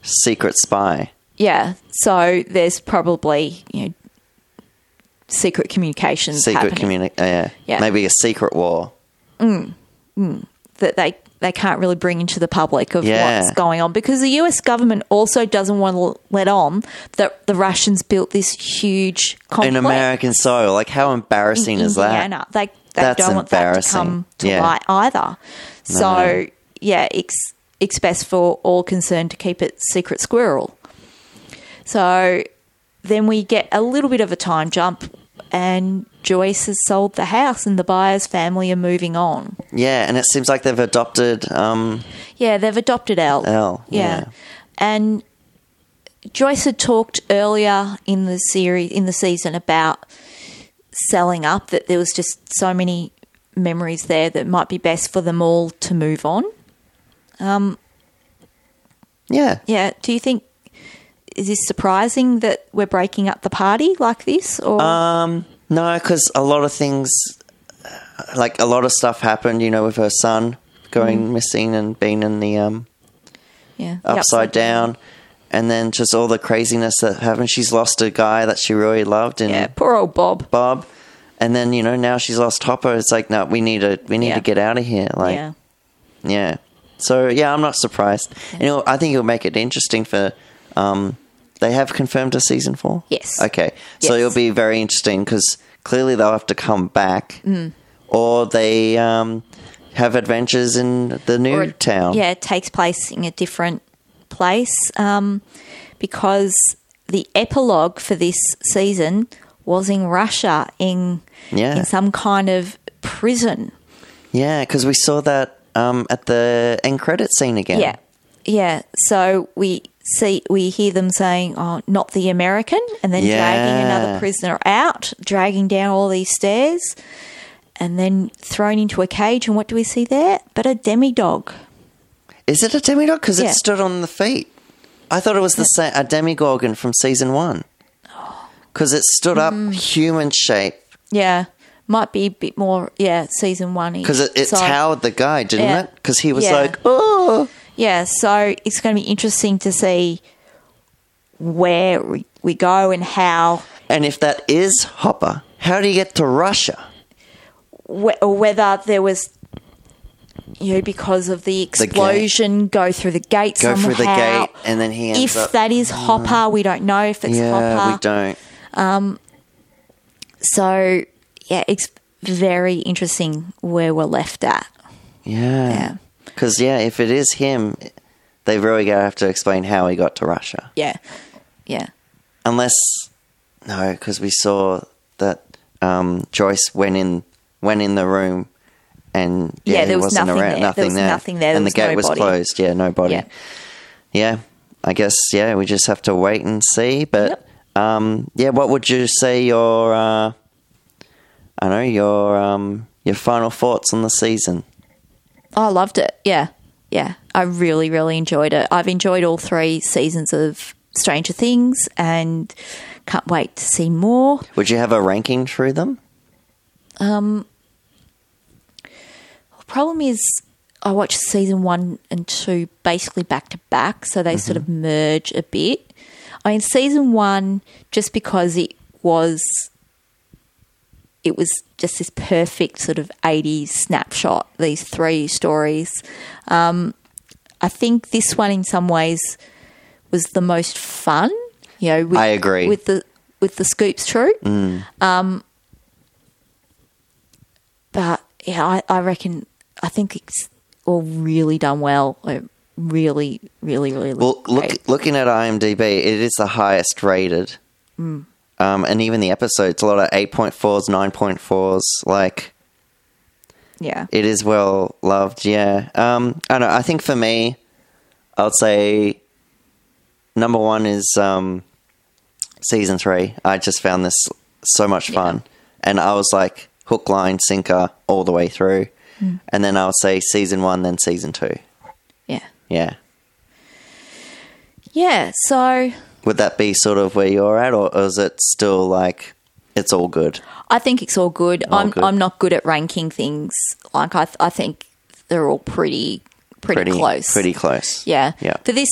secret spy. Yeah. So there's probably you know secret communications Secret happening communi- yeah. Yeah. Maybe a secret war. that they they can't really bring into the public of Yeah. what's going on because the U.S. government also doesn't want to let on that the Russians built this huge complex In American soil. Like, how embarrassing in is that? Indiana. They, they That's don't want that to embarrassing. come to Yeah. light either. So yeah, it's it's best for all concerned to keep it secret squirrel. So then we get a little bit of a time jump, and Joyce has sold the house, and the buyer's family are moving on. Yeah, and it seems like they've adopted. Um, Yeah, they've adopted Elle. Elle, yeah. And Joyce had talked earlier in the series in the season about selling up that there was just so many memories there that might be best for them all to move on. yeah. Yeah, do you think is this surprising that we're breaking up the party like this or Uh, No, because a lot of things, uh, like, a lot of stuff happened, you know, with her son going Mm-hmm. missing and being in the. Um, yeah, the upside down, and then just all the craziness that happened. She's lost a guy that she really loved in Yeah, poor old Bob. Bob, and then you know now she's lost Hopper. It's like no, we need to we need Yeah. to get out of here. Like yeah. yeah. so yeah, I'm not surprised. You know, I think it'll make it interesting for. Um, they have confirmed a season four. Yes. Okay, so Yes. it'll be very interesting because clearly they'll have to come back, Mm. or they um, have adventures in the new or it- town. Yeah, it takes place in a different place um, because the epilogue for this season was in Russia in Yeah. in some kind of prison. Yeah, because we saw that um, at the end credit scene again. Yeah, yeah. So we see we hear them saying, "Oh, not the American," and then dragging another Yeah. prisoner out, dragging down all these stairs. And then thrown into a cage, and what do we see there? But a demi dog. Is it a demigod? Because Yeah. it stood on the feet. I thought it was the same, a demigorgon from season one. Oh. Because it stood up Mm. human shape. Yeah. Might be a bit more, yeah, season one. Because it, it towered the guy, didn't Yeah. it? Because he was Yeah. like, oh. Yeah, so it's going to be interesting to see where we, we go and how, And if that is Hopper, how do you get to Russia? wh- or whether there was you know, because of the explosion, go through the gate Go somehow. through the gate, and then he ends if up. that is Hopper, we don't know if it's yeah, Hopper. we don't. So yeah, it's very interesting where we're left at. Yeah. Yeah. Because, yeah. if it is him, they really going to have to explain how he got to Russia. Yeah, yeah, Unless, no, because we saw that um, Joyce went in went in the room and yeah, Yeah, he there was wasn't nothing around. there. There Nothing was there. nothing there. There And was the gate was nobody. closed. Yeah, nobody. yeah. yeah, I guess yeah, we just have to wait and see. But um, yeah, what would you say your uh, I know your um, your final thoughts on the season? Oh, I loved it. Yeah, yeah, I really, really enjoyed it. I've enjoyed all three seasons of Stranger Things, and can't wait to see more. Would you have a ranking through them? problem is I watched season one and two basically back to back, so they sort of Mm-hmm. merge a bit. I mean, season one, just because it was, it was just this perfect sort of 80s snapshot, these three stories. Um, I think this one, in some ways, was the most fun. You know, with, I agree. with the with the scoops troop. but yeah, I, I reckon I think it's all really done well. Like, really, really, really Well, look, great. looking at IMDb, it is the highest rated, um, and even the episodes, a lot of eight point fours, nine point fours, like. yeah, It is well loved, yeah. Um, I don't know. I think for me, I would say number one is um, season three. I just found this so much fun. And I was like hook, line, sinker all the way through. And then I'll say season one, then season two. yeah, Yeah. yeah. So Would that be sort of where you're at, or, or is it still like it's all good? I think it's all good. I'm good. I'm not good at ranking things. Like I th- I think they're all pretty pretty, close. Pretty close. Yeah. Yeah. For this,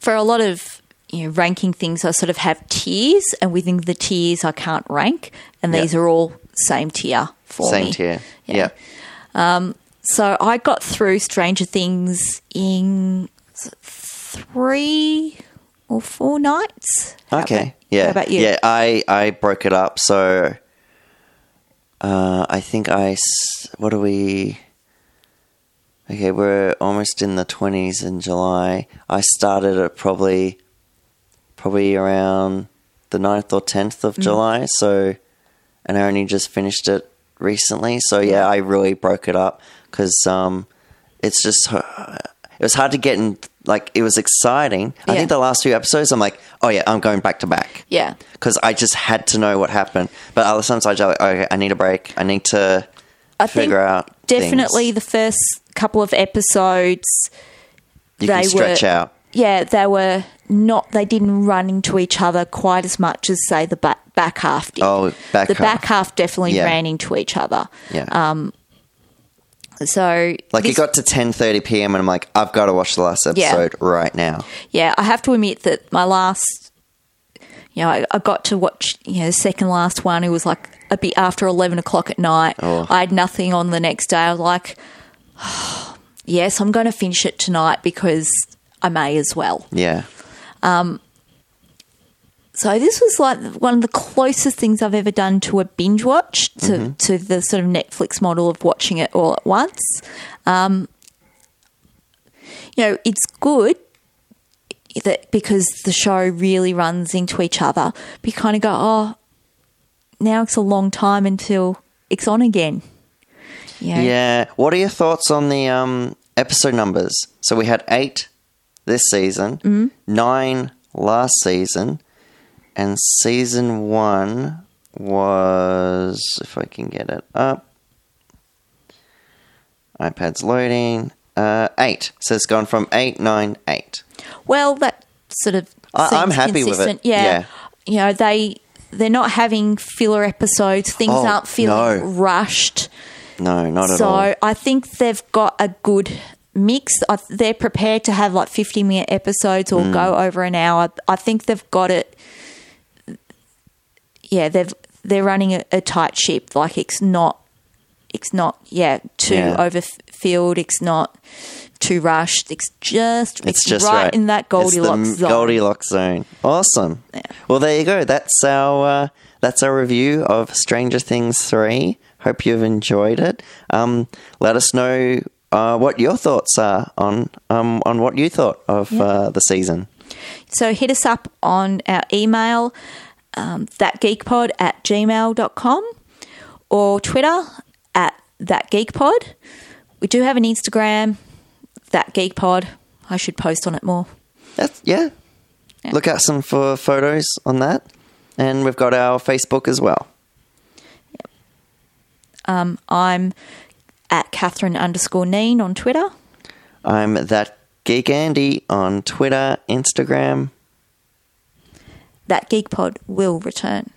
for a lot of you know, ranking things, I sort of have tiers, and within the tiers, I can't rank. And Yeah. these are all same tier for Same me. tier. Yeah. Yeah. So I got through Stranger Things in three or four nights. How Okay. about- yeah. How about you? Yeah, I I broke it up. So uh, I think I. s- What are we? Okay, we're almost in the twenties in July. I started at probably, probably around the 9th or tenth Mm. of July. So, and I only just finished it recently. So yeah, I really broke it up because um, it's just uh, it was hard to get in. Like it was exciting. I Yeah. think the last few episodes, I'm like, oh yeah, I'm going back to back Yeah. because I just had to know what happened. But other times I just like, oh, okay, I need a break. I need to I figure out. things. definitely the first couple of episodes. you can they stretch were- out. Yeah, they were not. They didn't run into each other quite as much as say the back back half did. Oh, back the half. back half definitely Yeah. ran into each other. Yeah, So like this- it got to ten thirty p.m. and I'm like, I've got to watch the last Yeah. episode right now. yeah, I have to admit that my last, you know, I, I got to watch, you know, the second last one. It was like a bit after 11 o'clock at night. Oh. I had nothing on the next day. I was like, [sighs] yes, I'm going to finish it tonight because I may as well. Yeah, So this was like one of the closest things I've ever done to a binge watch, to, to the sort of Netflix model of watching it all at once. Um, you know, it's good that because the show really runs into each other. We kind of go, oh, now it's a long time until it's on again. You know? yeah. What are your thoughts on the um, episode numbers? So we had eight this season, nine last season, and season one was if I can get it up. iPad's loading. Uh, eight. So it's gone from eight, nine, eight. Well, that sort of I- seems I'm happy with it. consistent. Yeah. you know they they're not having filler episodes. Things Oh, aren't feeling no. rushed. No, not at so all. I think they've got a good mix. I, they're prepared to have like 50 minute episodes Mm. or go over an hour. I think they've got it. Yeah, they've they're running a, a tight ship. Like it's not It's not yeah too Yeah. overfilled. It's not too rushed. It's just it's, It's just right, right, in that It's the Goldilocks m- zone. Goldilocks zone. Awesome. Well, there you go. That's our uh, that's our review of Stranger Things three. Hope you've enjoyed it. Um, let us know uh, what your thoughts are on um, on what you thought of uh, the season. So hit us up on our email, um, thatgeekpod at gmail.com or Twitter at thatgeekpod. We do have an Instagram, thatgeekpod. I should post on it more. That's, yeah. Yeah. Look out some for photos on that, and we've got our Facebook as well. Um, I'm at Catherine underscore Neen on Twitter. I'm that geek Andy on Twitter, Instagram. That Geekpod will return.